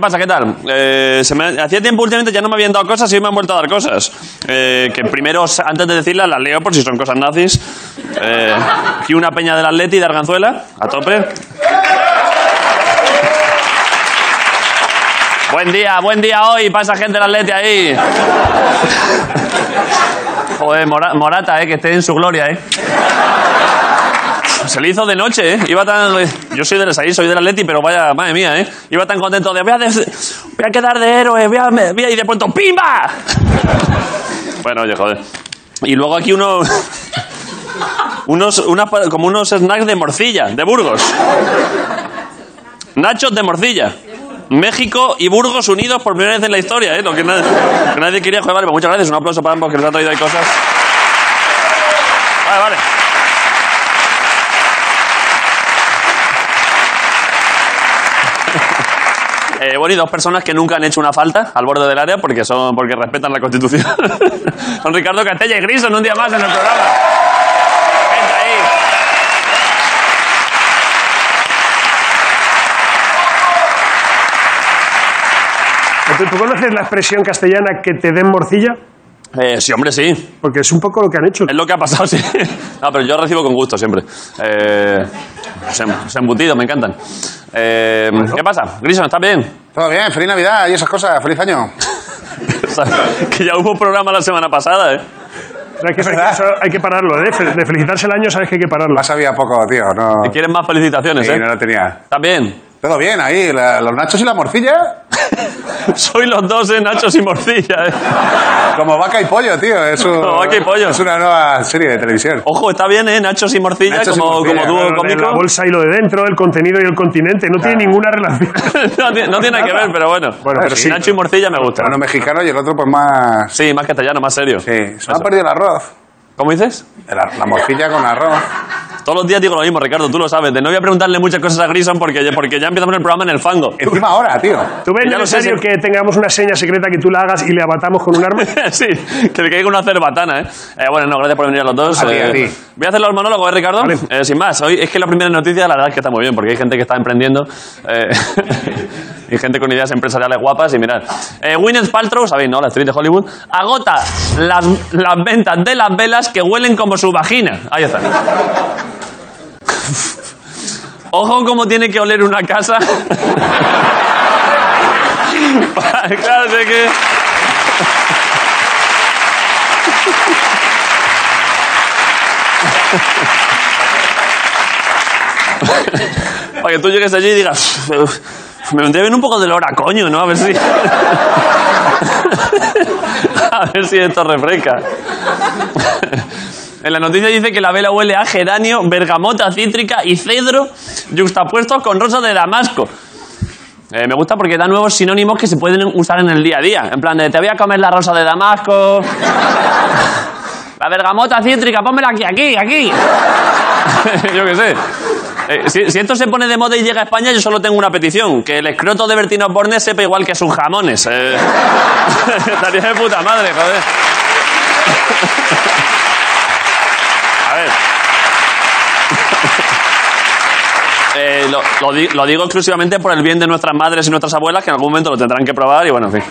pasa? ¿Qué tal? Eh, se me ha- hacía tiempo últimamente ya no me habían dado cosas y hoy me han vuelto a dar cosas. Eh, que primero, s- antes de decirlas, las leo por si son cosas nazis. Eh, aquí una peña del Atleti de Arganzuela, a tope. Buen día, buen día hoy, pasa gente del Atleti ahí. Joder, Mora- Morata, eh, que esté en su gloria, eh. Se le hizo de noche, ¿eh? Iba tan... Yo soy del Saí, soy del Atleti, pero vaya, madre mía, ¿eh? Iba tan contento de... Voy a, de- voy a quedar de héroe, voy a, me- voy a ir de pronto... ¡Pimba! bueno, oye, joder. Y luego aquí uno... unos, unas pa- como unos snacks de morcilla, de Burgos. Nachos de morcilla. México y Burgos unidos por primera vez en la historia, ¿eh? Lo que, na- que nadie quería jugar. Vale, pues muchas gracias. Un aplauso para ambos que nos han traído ahí cosas. Vale, vale. Eh, bueno, y dos personas que nunca han hecho una falta al borde del área porque son porque respetan la Constitución. son Ricardo Castella y Grison, un día más en el programa. Gente ahí. Entonces, ¿Tú conoces la expresión castellana que te den morcilla? Eh, sí, hombre, sí. Es Porque es un poco lo que han hecho. lo que ha pasado, sí. No, pero yo recibo con gusto siempre. Eh, se, se embutido, me encantan. Eh, ¿Qué pasa? Grison, ¿estás bien? Todo bien, feliz Navidad y esas cosas, feliz año. O sea, que ya hubo programa la semana pasada, ¿eh? Hay que, eso hay que pararlo, ¿eh? Fe- De felicitarse el año sabes que hay que pararlo. La sabía poco, tío, no, Que Quieren más felicitaciones, sí, ¿eh? no la tenía. ¿Estás bien? Todo bien, ahí, la- los nachos y la morcilla, Soy los dos, ¿eh? Nachos y morcilla, ¿eh? como vaca y pollo, tío. Es un- Como vaca y pollo. Es una nueva serie de televisión. Ojo, está bien, ¿eh? Nachos y morcilla, Nachos y como, morcilla, como dúo Lo de cómico. la bolsa y lo de dentro, el contenido y el continente, no tiene ninguna relación. no, tiene- no tiene nada que ver, pero bueno. Bueno, pero sí. Nacho y morcilla me gusta. Pero uno mexicano y el otro, pues más. Sí, más castellano, más serio. Sí, se me ha Eso. perdido el arroz. ¿Cómo dices? La, la morcilla con arroz. Todos los días digo lo mismo, Ricardo, tú lo sabes. De no voy a preguntarle muchas cosas a Grison porque, porque ya empezamos el programa en el fango. Encima ahora, tío. ¿Tú ves Ya lo sé, necesario sí. que tengamos una seña secreta que tú la hagas y le abatamos con un arma? sí, que le caiga una cerbatana, ¿eh? Eh, Bueno, no, gracias por venir a los dos. A ti, Eh, a ti. Voy a hacer los monólogos, ¿eh, Ricardo? Vale. Eh, sin más, hoy es que la primera noticia, la verdad es que está muy bien, porque hay gente que está emprendiendo eh, y gente con ideas empresariales guapas. Y mirad, eh, Gwyneth Paltrow, sabéis, ¿no? La actriz de Hollywood, agota las, las ventas de las velas que huelen como su vagina. Ahí está. Ojo cómo tiene que oler una casa. claro, es que... Para que tú llegues allí y digas, "Uf, me deben un poco de olor a coño, ¿no? A ver si. a ver si esto refresca. En la noticia dice que la vela huele a geranio, bergamota cítrica y cedro yuxtapuestos con rosa de damasco. Eh, me gusta porque da nuevos sinónimos que se pueden usar en el día a día. En plan de, te voy a comer la rosa de damasco. La bergamota cítrica, pónmela aquí, aquí, aquí. yo qué sé. Eh, si, si esto se pone de moda y llega a España, yo solo tengo una petición: que el escroto de Bertino Borne sepa igual que sus jamones. Eh, estaría de puta madre, joder. a ver. Eh, lo, lo di- lo digo exclusivamente por el bien de nuestras madres y nuestras abuelas, que en algún momento lo tendrán que probar y bueno, en fin.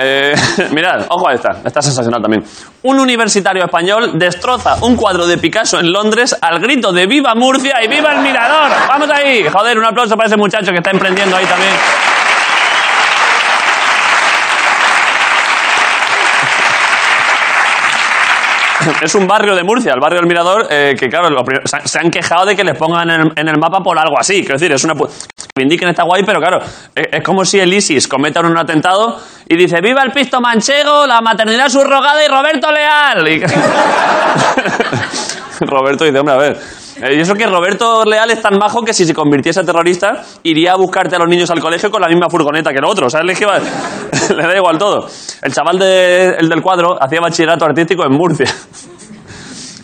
Eh, mirad, ojo a esta, está sensacional también. Un universitario español destroza un cuadro de Picasso en Londres al grito de ¡Viva Murcia y viva el Mirador! ¡Vamos ahí! Joder, un aplauso para ese muchacho que está emprendiendo ahí también. Es un barrio de Murcia, el barrio del Mirador, eh, que claro, lo pri- se han- se han quejado de que les pongan en el, en el mapa por algo así. Quiero decir, es una... pu- Que indiquen está guay, pero claro, es, es como si el ISIS cometa un atentado y dice ¡Viva el pisto manchego, la maternidad subrogada y Roberto Leal! Y- Roberto dice, hombre, a ver... eh, Y eso que Roberto Leal es tan majo que si se convirtiese a terrorista iría a buscarte a los niños al colegio con la misma furgoneta que el otro. O sea, él es que va- le da igual todo. El chaval de- el del cuadro hacía bachillerato artístico en Murcia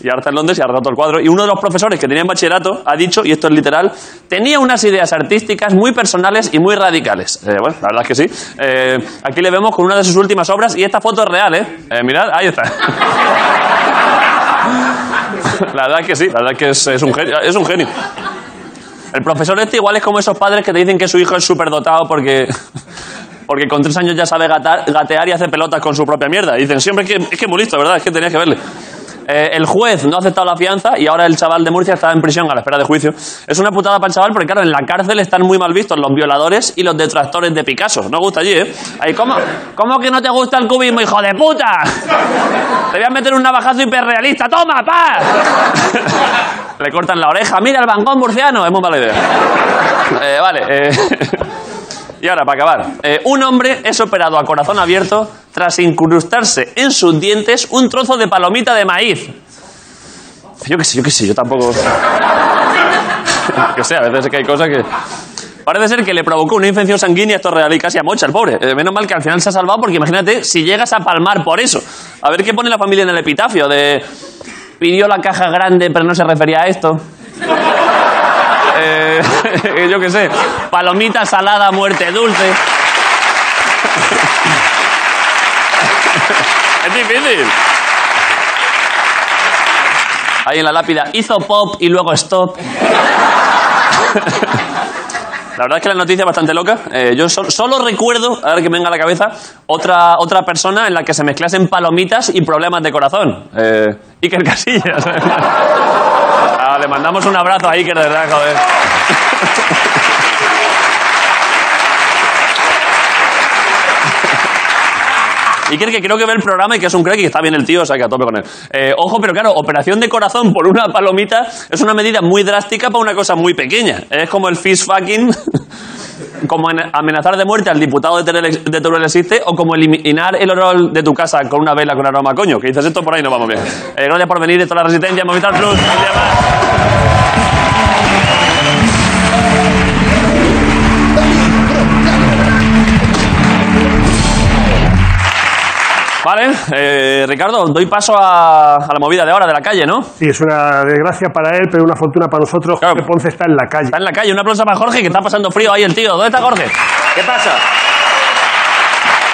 y ahora está en Londres y ha roto el cuadro. Y uno de los profesores que tenía en bachillerato ha dicho, y esto es literal, tenía unas ideas artísticas muy personales y muy radicales. Eh, bueno, la verdad es que sí. Eh, aquí le vemos con una de sus últimas obras y esta foto es real, ¿eh? Eh, mirad, ahí está. La verdad es que sí, la verdad es que es, es un genio. Es un genio. El profesor este igual es como esos padres que te dicen que su hijo es superdotado porque... Porque con tres años ya sabe gatar- gatear y hace pelotas con su propia mierda. Y dicen, siempre es que es que muy listo, ¿verdad? Es que tenías que verle. Eh, el juez no ha aceptado la fianza y ahora el chaval de Murcia está en prisión a la espera de juicio. Es una putada para el chaval porque, claro, en la cárcel están muy mal vistos los violadores y los detractores de Picasso. No gusta allí, ¿eh? Ahí, ¿cómo, ¿Cómo que no te gusta el cubismo, hijo de puta? Te voy a meter un navajazo hiperrealista. ¡Toma, pa! Le cortan la oreja. ¡Mira el bancón murciano! Es muy mala idea. Eh, vale. eh. Y ahora, para acabar, eh, un hombre es operado a corazón abierto tras incrustarse en sus dientes un trozo de palomita de maíz. Yo qué sé, yo qué sé, yo tampoco... que sé, a veces es que hay cosas que... Parece ser que le provocó una infección sanguínea, esto es real y casi a mocha, el pobre. Eh, menos mal que al final se ha salvado porque imagínate si llegas a palmar por eso. A ver qué pone la familia en el epitafio de... Pidió la caja grande pero no se refería a esto. Eh, yo qué sé, palomita salada, muerte dulce. es difícil. Ahí en la lápida hizo pop y luego stop. La verdad es que la noticia es bastante loca. Eh, yo sol- solo recuerdo, ahora que me venga a la cabeza, otra, otra persona en la que se mezclasen palomitas y problemas de corazón. Eh, Iker Casillas. Ah, le mandamos un abrazo a Iker, de verdad, joder. Iker, que creo que ve el programa y que es un crack y que está bien el tío, o sea que a tope con él. Eh, ojo, pero claro, operación de corazón por una palomita es una medida muy drástica para una cosa muy pequeña. Es como el fish fucking, como en- amenazar de muerte al diputado de Teruel, de Teruel existe, o como eliminar el olor de tu casa con una vela con aroma a coño. Que dices esto por ahí, no vamos bien. Eh, gracias por venir, esto es la Resistencia, Movistar Plus. un día más. Vale, eh, Ricardo, doy paso a, a la movida de ahora, de la calle, ¿no? Sí, es una desgracia para él, pero una fortuna para nosotros. Claro. que Ponce está en la calle. Está en la calle, una aplauso para Jorge, que está pasando frío ahí el tío. ¿Dónde está Jorge? ¿Qué pasa?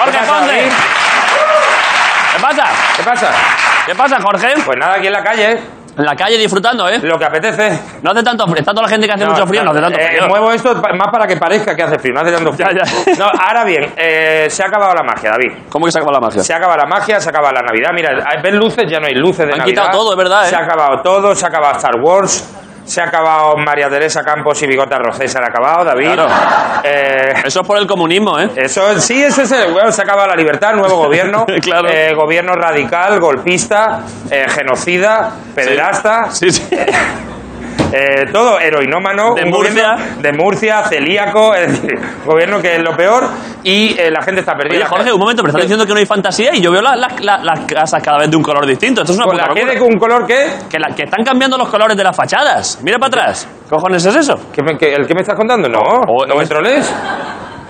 Jorge pasa, Ponce. David? ¿Qué pasa? ¿Qué pasa? ¿Qué pasa, Jorge? Pues nada, aquí en la calle, En la calle disfrutando, ¿eh? lo que apetece. No hace tanto frío. Está toda la gente que hace No, mucho frío, no hace tanto eh, frío. muevo esto pa- más para que parezca que hace frío, no hace tanto frío. Ya, ya. No, ahora bien, eh, se ha acabado la magia, David. ¿Cómo que se acaba la magia? Se acaba la magia, se acaba la Navidad. Mira, ven luces, ya no hay luces de Han Navidad. quitado todo, es verdad, ¿eh? Se ha acabado todo, se ha acabado Star Wars, se ha acabado María Teresa Campos y Bigota Rosé, se han acabado, David. Claro. Eh, Eso es por el comunismo, ¿eh? Eso sí, eso es el bueno, se acaba la libertad, nuevo gobierno, Claro. eh, gobierno radical, golpista, eh, genocida, pederasta, Sí, sí. eh, todo heroinómano, De un gobierno Murcia. de Murcia, celíaco, es decir, gobierno que es lo peor y eh, la gente está perdida. Oye, Jorge, un momento, pero estás diciendo que no hay fantasía y yo veo la- la- la- las casas cada vez de un color distinto. Esto es una Con puta la que locura. de un color que, Que, la- que están cambiando los colores de las fachadas. Mira para atrás. ¿Qué cojones es eso? que me- que- el que me estás contando, no, o- no o me es- troles.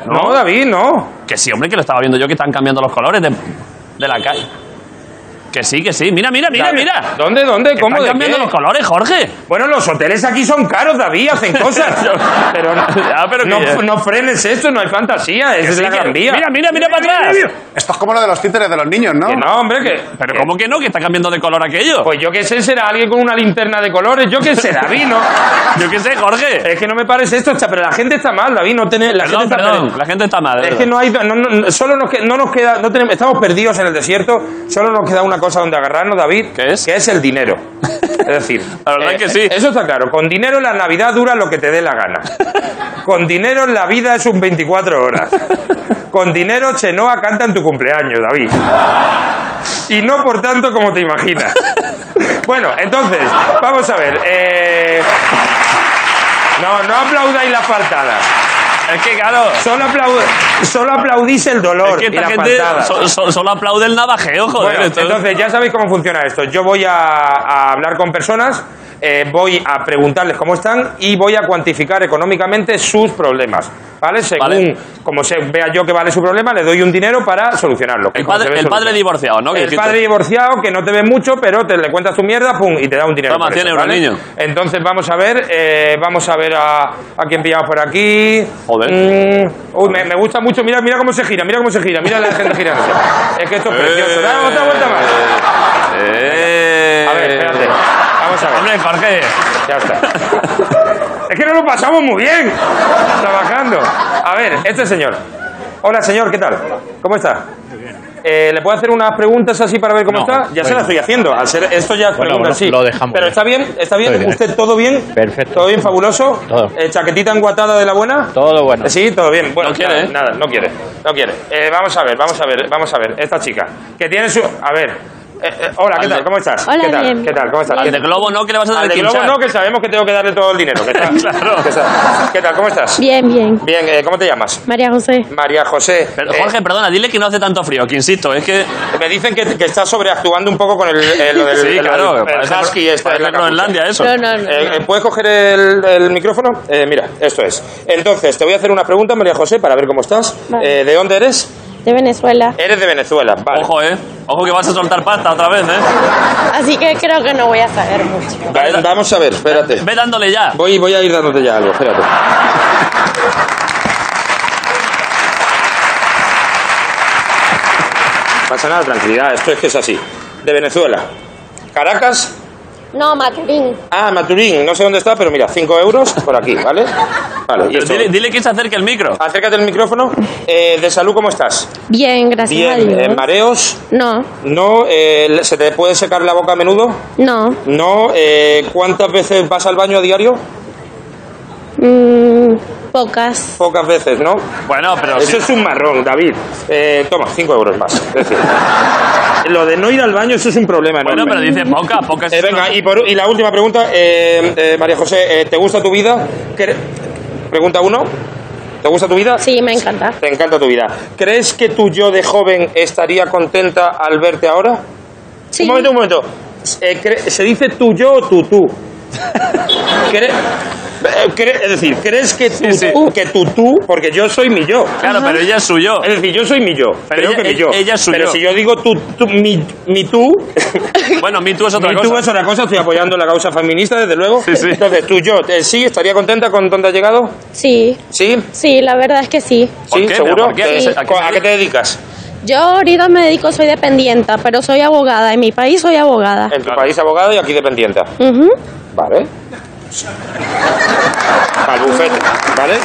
No, David, no. Que sí, hombre, que lo estaba viendo yo, que están cambiando los colores de, de la calle. Que sí, que sí. Mira, mira, mira, David, mira. ¿Dónde, dónde, Que cómo? Están de cambiando qué? los colores, Jorge. Bueno, los hoteles aquí son caros, David, hacen cosas. pero no, Ya, pero que ya. no, no frenes esto, no hay fantasía, esa es Sí, la que- gran vía. Mira, mira, mira para atrás. Esto es como lo de los títeres de los niños, ¿no? Que no, hombre, que. Pero que- ¿cómo que no? Que está cambiando de color aquello. Pues yo qué sé, será alguien con una linterna de colores, yo qué sé, David, no. Yo qué sé, Jorge. Es que no me parece esto, cha- pero la gente está mal, David, no tiene. La Perdón, gente está perdón. perdida. La gente está mal. de Es verdad. que no hay. No, no- solo nos, que- no nos queda. No tenemos, estamos perdidos en el desierto, solo nos queda una cosa donde agarrarnos, David. ¿Qué es? Que es el dinero. Es decir. eh, La verdad que sí. Eso está claro. Con dinero la Navidad dura lo que te dé la gana. Con dinero la vida es un 24 horas. Con dinero Chenoa canta en tu cumpleaños, David. Y no por tanto como te imaginas. Bueno, entonces, vamos a ver. eh, No, no aplaudáis las faltadas. Es que claro. Solo, aplaud- solo aplaudís el dolor Es que y la esta gente faltada. so- so- solo aplaude el navajeo, joder. Bueno, esto es- entonces ya sabéis cómo funciona esto. Yo voy a, a hablar con personas, eh, voy a preguntarles cómo están y voy a cuantificar económicamente sus problemas. ¿Vale? Según Vale. como se vea yo que vale su problema, le doy un dinero para solucionarlo. que el como se padre, ve el padre soluciona. divorciado, ¿no? Que El dijiste. padre divorciado que no te ve mucho, pero te le cuentas tu mierda, pum, y te da un dinero. Toma, por 100 euros, niño. Entonces vamos a ver, eh, vamos a ver a, a quién pillamos por aquí. Joder. Mm, uy, me, me gusta mucho, mira, mira cómo se gira, mira cómo se gira, mira la gente girando. Es que esto es precioso. Dale, otra vuelta más. Eh. A ver, espérate. Vamos a ver, Hombre, Jorge. ya está. Es que nos lo pasamos muy bien trabajando. A ver, este señor. Hola, señor, ¿qué tal? ¿Cómo está? Eh, ¿Le puedo hacer unas preguntas así para ver cómo No, está? Ya se bueno. las estoy haciendo. Al ser esto ya es Bueno, pregunta bueno, así. lo dejamos Pero ya. está bien, está bien. Estoy bien. ¿Usted todo bien? Perfecto. ¿Todo bien fabuloso? Todo. Eh, ¿Chaquetita enguatada de la buena? Todo bueno. Eh, Sí, todo bien. Bueno, No quiere, nada, ¿eh? nada, no quiere. No quiere. Eh, vamos a ver, vamos a ver, vamos a ver. Esta chica, que tiene su... A ver. Eh, eh, hola, ¿qué Al de- tal? ¿Cómo estás? Hola, ¿Qué tal? bien. ¿Qué tal? ¿Cómo estás? Al Ah, de globo no, que le vas a dar Al el de Globo pinchar. no, que sabemos que tengo que darle todo el dinero. ¿Qué tal? Claro. ¿Qué tal? ¿Qué tal? ¿Cómo estás? Bien, bien. Bien, eh, ¿cómo te llamas? María José. María José. Pero, Eh, Jorge, perdona, dile que no hace tanto frío, que insisto, es que... me dicen que, que estás sobreactuando un poco con el, eh, lo del, Sí, el- claro, el parece, husky este, parece el Acapulco. Groenlandia eso. No, no, no. Eh, eh, ¿Puedes coger el, el micrófono? Eh, mira, esto es. Entonces, te voy a hacer una pregunta, María José, para ver cómo estás. Vale. Eh, ¿De dónde eres? De Venezuela. Eres de Venezuela, vale. Ojo, eh. Ojo que vas a soltar pasta otra vez, eh. Así que creo que no voy a saber mucho. Va- Vamos a ver, espérate. Ve dándole ya. Voy, voy a ir dándote ya algo, espérate. Pasa nada, tranquilidad, esto es que es así. De Venezuela. Caracas, No, Maturín. ah, Maturín, no sé dónde está, pero mira, 5 euros por aquí, ¿vale? Vale, y Pero esto- dile, dile que se acerque el micro. Acércate al micrófono. Eh, de salud, ¿cómo estás? Bien, gracias a Bien, Dios. eh, mareos. No, No, eh, ¿se te puede secar la boca a menudo? no. No, eh, ¿cuántas veces vas al baño a diario? Mm, pocas. Pocas veces, ¿no? Bueno, pero Eso si- es un marrón, David. Eh, toma, 5 euros más. Es decir, lo de no ir al baño, eso es un problema bueno, enorme. pero dice poca, poca es Eh, venga, y, por- y la última pregunta, eh, eh, María José, eh, ¿te gusta tu vida? ¿Cre- Pregunta uno, ¿te gusta tu vida? Sí, me encanta. Te encanta tu vida. ¿Crees que tu yo de joven estaría contenta al verte ahora? Sí. Un momento, un momento. Eh, cre- ¿Se dice tu yo o tu tú? Cre- eh, cre- es decir, ¿crees que tu, sí. tú- que tu tú, porque yo soy mi yo? Claro, pero ella es suyo. Es decir, yo soy mi yo. Pero creo ella- que mi ella- yo. ella es su Pero yo. si yo digo tú, tú- mi, mi tú, Bueno, Me Too es otra mi tú cosa. es otra cosa. Estoy apoyando la causa feminista, desde luego. Sí, sí. Entonces, tú, yo, eh, sí, estaría contenta con dónde has llegado. Sí, Sí, sí, la verdad es que sí. ¿Por sí, qué? seguro. ¿Pero por qué? Eh, ¿A qué se- a qué se ¿A qué te dedicas? Yo ahorita me dedico, soy dependienta, pero soy abogada. En mi país soy abogada. En tu país abogado y aquí dependiente. Ujú. Vale. Al bufete, ¿vale? Eh,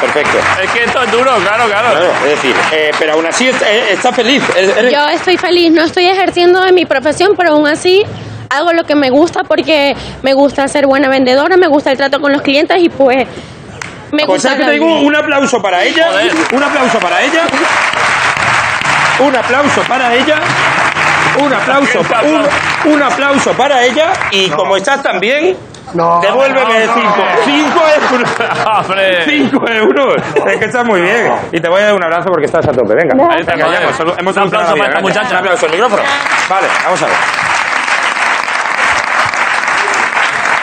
Perfecto. Es que esto es duro, claro, claro. Claro, es decir, eh, pero aún así est- eh, estás feliz. Eres- eres- Yo estoy feliz, no estoy ejerciendo en mi profesión, pero aún así hago lo que me gusta porque me gusta ser buena vendedora, me gusta el trato con los clientes y pues me Pues gusta. ¿sabes que la te digo? vida. un aplauso para ella. Joder. Un aplauso para ella. Un aplauso para ella. Un aplauso, pa- un, un aplauso para ella. Y como estás tan bien, No. no, devuélveme no. cinco. Cinco euros. Hombre. 5 euros. Es que estás muy bien. Y te voy a dar un abrazo porque estás a tope. Venga. Ahí está, Venga, joder. ya hemos, solu- hemos Un aplauso para solucionado la esta vida, venga. muchacha. Un aplauso al micrófono. Vale, vamos a ver.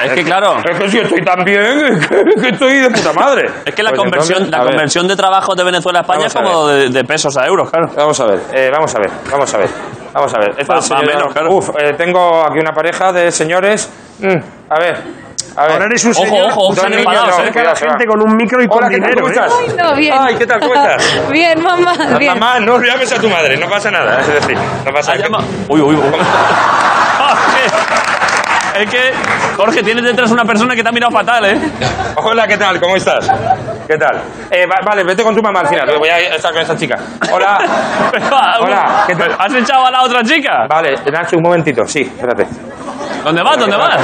Es que claro. Es que si estoy tan bien, es que, es que estoy de puta madre. Es que la Pues conversión, entonces, la a ver. conversión de trabajos de Venezuela a España es Vamos a como de, de pesos a euros, claro. Vamos a ver, eh, vamos a ver, vamos a ver. Vamos a ver. Esta Va- va menos, claro. Uf, eh, tengo aquí una pareja de señores. Mm, a ver, a ver. Ahora eres un Ojo, señor ojo, que se han se enfadado, acerca eh, a cuidado, la se va. gente con un micro y con Hola, ¿qué tal? dinero. ¿Cómo ¿eh? estás? No, bien. Ay, ¿qué tal? ¿Cómo estás? Bien, mamá, bien. Mamá, no le hables a tu madre, no pasa nada. Es decir, no pasa Ha nada. llama- Uy, uy, uy. Jorge. Es que, Jorge, tienes detrás una persona que te ha mirado fatal, ¿eh? Hola, ¿qué tal? ¿Cómo estás? ¿Qué tal? Eh, va- vale, vete con tu mamá al final. Voy a estar con esta chica. Hola. Hola, ¿qué tal? ¿Has echado a la otra chica? Vale, Nacho, un momentito. Sí, espérate. ¿Dónde vas? ¿Dónde vas?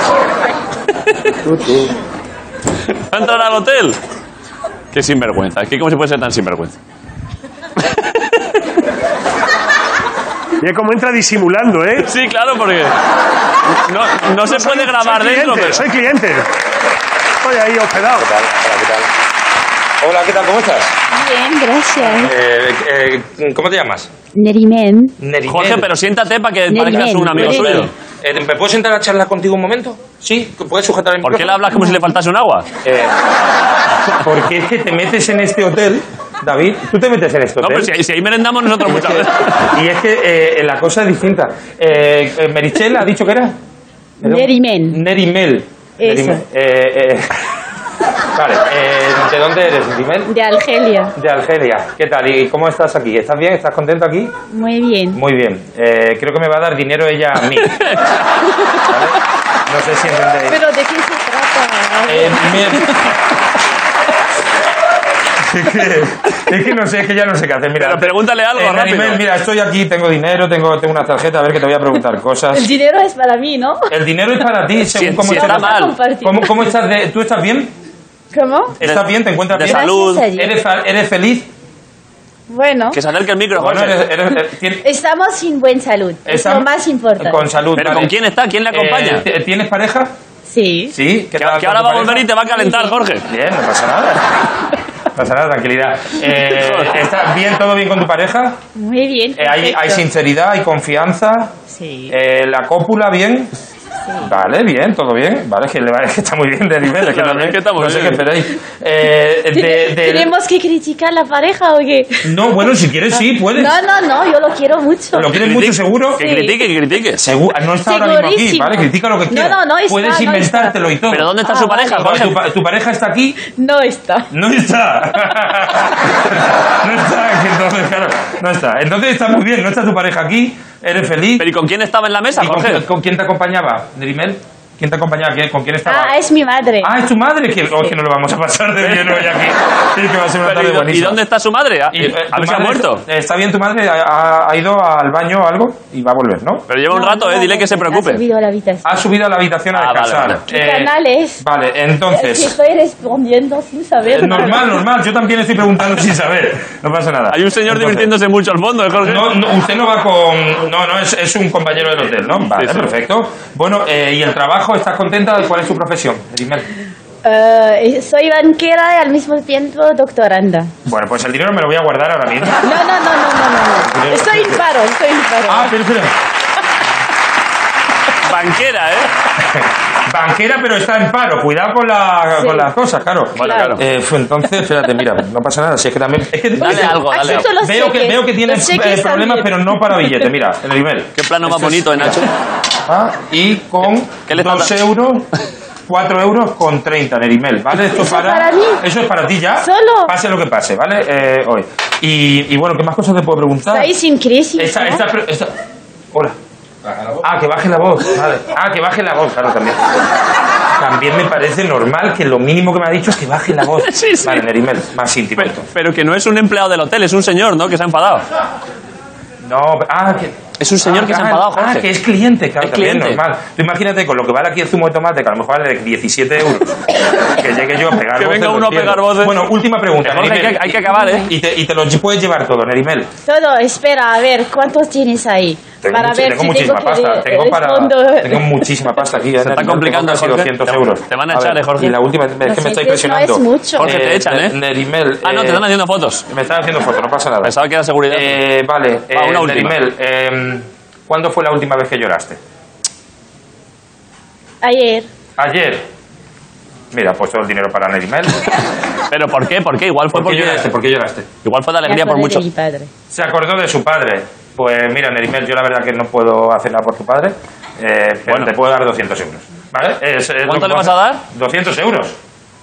¿Va a entrar al hotel? Qué sinvergüenza. Es que cómo se puede ser tan sinvergüenza. Mira cómo entra disimulando, ¿eh? Sí, claro, porque no, no se puede grabar soy dentro, cliente, pero... Soy cliente. Estoy ahí hospedado. Hola, ¿qué tal? Hola, ¿qué tal? ¿Cómo estás? Bien, gracias. Eh, eh, ¿Cómo te llamas? Nerimen. Nerimel. Jorge, pero siéntate para que parezcas un amigo Nerimen. suyo. Eh, ¿Me puedo sentar a charlar contigo un momento? Sí, ¿puedes sujetar el ¿Por qué le micrófono? hablas como si le faltase un agua? Eh, porque es que te metes en este hotel, David. Tú te metes en este No, hotel. pero pues si, si ahí merendamos nosotros Y es muchas veces. que- y es que eh, la cosa es distinta. Eh, eh, ¿Merichel ha dicho que era? Nerimen. Nerimel. Eso. Nerimel. Eh, eh, Vale, eh, ¿de dónde eres, Nerimel? De Argelia. De Algeria. ¿Qué tal? ¿Y cómo estás aquí? ¿Estás bien? ¿Estás contento aquí? Muy bien. Muy bien. Eh, creo que me va a dar dinero ella a mí. ¿Vale? No sé si entendéis. ¿Pero de qué se trata? Eh, Es que, es que no sé, es que ya no sé qué hacer. Mira, Pero pregúntale algo, en rápido. Animal, mira, estoy aquí, tengo dinero, tengo, tengo una tarjeta, a ver que te voy a preguntar El cosas. dinero es para mí, ¿no? El dinero es para ti, según Si- cómo si estés- está Vamos a mal. compartir. ¿Cómo, cómo estás de- ¿Tú estás bien? ¿Cómo? ¿Estás bien? ¿Te encuentras de bien? salud. Gracias a Dios. ¿Eres, fa- eres feliz? Bueno, Que se acerque el micro, Bueno, Jorge. eres- eres- eh, tien- estamos sin buen salud. Es estás- lo más importante. Con salud. ¿Pero vale. con quién está? ¿Quién le Eh, acompaña? ¿t- ¿Tienes pareja? Sí. Sí. ¿Qué que, tal que ahora con tu va a pareja? volver y te va a calentar, Jorge. Bien, no pasa nada. No pasa nada, tranquilidad. Eh, ¿Estás bien, todo bien con tu pareja? Muy bien. Eh, hay, hay perfecto. sinceridad, hay confianza. Sí. Eh, la cópula, bien. Vale, bien, todo bien. Vale, es que, le va- es que está muy bien de nivel. Es que Claro, no, es que está muy no sé qué bien. esperáis. Eh, de- de- ¿Tenemos que criticar la pareja o qué? No, bueno, si quieres, sí, puedes. No, no, no, yo lo quiero mucho. ¿Lo quieres mucho, seguro? Que critique, que critique. Segu- ah, no está ahora mismo aquí, Segurísimo. ¿vale? Critica lo que No, quieras. no, no está, Puedes no Ah. inventártelo y todo. ¿Pero dónde está su pareja, No, Jorge? Ah, tu, pa- tu pareja está aquí? No está. No está. no está, que entonces, claro, no está. Entonces está muy bien, no está tu pareja aquí, eres feliz. ¿Pero y con quién estaba en la mesa, ¿Y con, Jorge? con quién te acompañaba, Drimel? ¿Quién te acompañaba? ¿Quién- ¿Con quién estaba? Ah, es mi madre. Ah, es tu madre, que, oh, es que no lo vamos a pasar de bien hoy aquí. Sí, que va a ser una Pero, tarde ¿y, do- ¿Y buenísima. dónde está su madre? ¿A, Y, eh, a tu ver si ha madre- muerto? eh, Está bien tu madre, ha, ha- ha ido al baño o algo y va a volver, ¿no? Pero lleva un No, rato, no, ¿eh? no, Dile que se ha preocupe. subido a la habitación. Ha subido a la habitación a Ah, vale, descansar. vale. ¿Qué canal es? Vale, Es que Eh, entonces. estoy respondiendo sin saber. Normal, normal. Yo también estoy preguntando sin saber. No pasa nada. Hay un señor Entonces, divirtiéndose mucho al fondo, ¿eh, Jorge? No, no, usted no va con. No, no, es, es un compañero del hotel, ¿no? Vale, Sí, sí. perfecto. Bueno, eh, ¿y el trabajo? ¿Estás contenta? ¿Cuál es tu profesión? Dime. Eh, soy banquera y al mismo tiempo doctoranda. Bueno, pues el dinero me lo voy a guardar ahora mismo. No, no, no, no, no, no, no. Estoy en paro, estoy en paro. Ah, pero, pero. Banquera, ¿eh? Banquera, pero está en paro. Cuidado con, la, Sí. con las cosas, claro. Bueno, claro. Eh, pues entonces, espérate, mira, no pasa nada. Si es que también. Es que Dale algo, dale Acepto algo. los veo, que, cheques. veo que tienes Los cheques eh, problemas, también. pero no para billete. Mira, el nivel. Qué plano Este más bonito, ¿eh, Nacho? Ah, y con qué le está 2 dando? euros, 4 euros con 30 de Rimel, ¿vale? Esto ¿Eso es para mí? Eso es para ti ya. ¿Solo? Pase lo que pase, ¿vale? Eh, hoy. Y, y bueno, ¿qué más cosas te puedo preguntar? Estáis sin crisis. Esta, ¿no? esta, pre- esta- Hola. Ah, que baje la voz. Vale. Ah, que baje la voz, claro, también. También me parece normal que lo mínimo que me ha dicho es que baje la voz. Sí, sí. Vale, Nerimel, más íntimo. Pero, pero que no es un empleado del hotel, es un señor, ¿no? Que se ha enfadado. No, ah, que... Es un señor Ah, que se ha ah, enfadado, ah, Jorge. que es cliente, claro, Es también cliente. normal. Tú imagínate con lo que vale aquí el zumo de tomate, que a lo mejor vale 17 euros. que llegue yo a pegar Que voces, venga lo uno a entiendo. pegar voces. Bueno, última pregunta. Jorge, hay Nerimel. que, hay que acabar, ¿eh? Y te, y te lo puedes llevar todo, Nerimel. Todo, espera, a ver, ¿cuántos tienes ahí? Tengo, para mucho- ver tengo si tengo muchísima que pasta. re- Tengo, para- respondo. tengo muchísima pasta aquí. ¿eh? Se está complicando, casi Jorge. 200 Te- euros. te van a echar, eh, Jorge. Y la última, es que me está 200 impresionando. no es mucho. Jorge, te echan, ¿eh? Nerimel. Ah, no, te eh, están haciendo fotos. Me están haciendo foto, no pasa nada. Pensaba que era seguridad. Eh, vale, eh, Ah, una última. Nerimel, eh, ¿cuándo fue la última vez que lloraste? Ayer. Ayer. Mira, pues todo el dinero para Nerimel. ¿pero por qué? ¿Por qué? Igual fue ¿Por qué porque... lloraste? ¿Por qué lloraste? Igual fue de alegría me por acordé mucho. de mi padre. Se acordó de su padre. Pues mira, Nerimel, yo la verdad que no puedo hacer nada por tu padre. eh, pero Bueno. te puedo dar 200 euros. ¿Vale? Es- es ¿Cuánto lo que le vas a puedo- dar? 200 euros.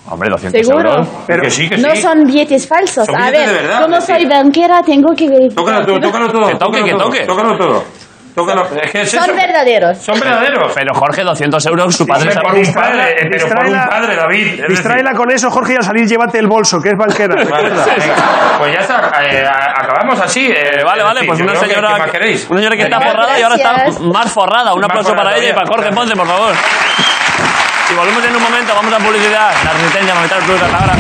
Hombre, 200 ¿Seguro? euros. Pero que sí, que No sí. son billetes falsos. Son a billetes ver, de verdad, como sí. soy banquera, tengo que verificar. Tócalo todo, tócalo todo. Que toque, tócalo que todo, toque. Tócalo todo. Tócalo. Es que es eso. Son verdaderos. Son verdaderos. Pero Jorge, 200 euros, su padre... Hombre, se- por un Distráela, padre, eh, pero por un distráela. padre, David. es decir- Distráela con eso, Jorge, y al salir llévate el bolso, que es banquera. Vale, recuerda. venga. Pues ya está, eh, a- acabamos así. eh, Vale, es vale, decir, pues yo una creo que- señora, ¿qué más queréis? una señora que está Nerimel. forrada y ahora está Gracias. más forrada. Un Más aplauso forrada para ella y para todavía. Jorge Ponce, por favor. Y volvemos en un momento, vamos a publicidad. La resistencia, Movistar Plus, hasta ahora.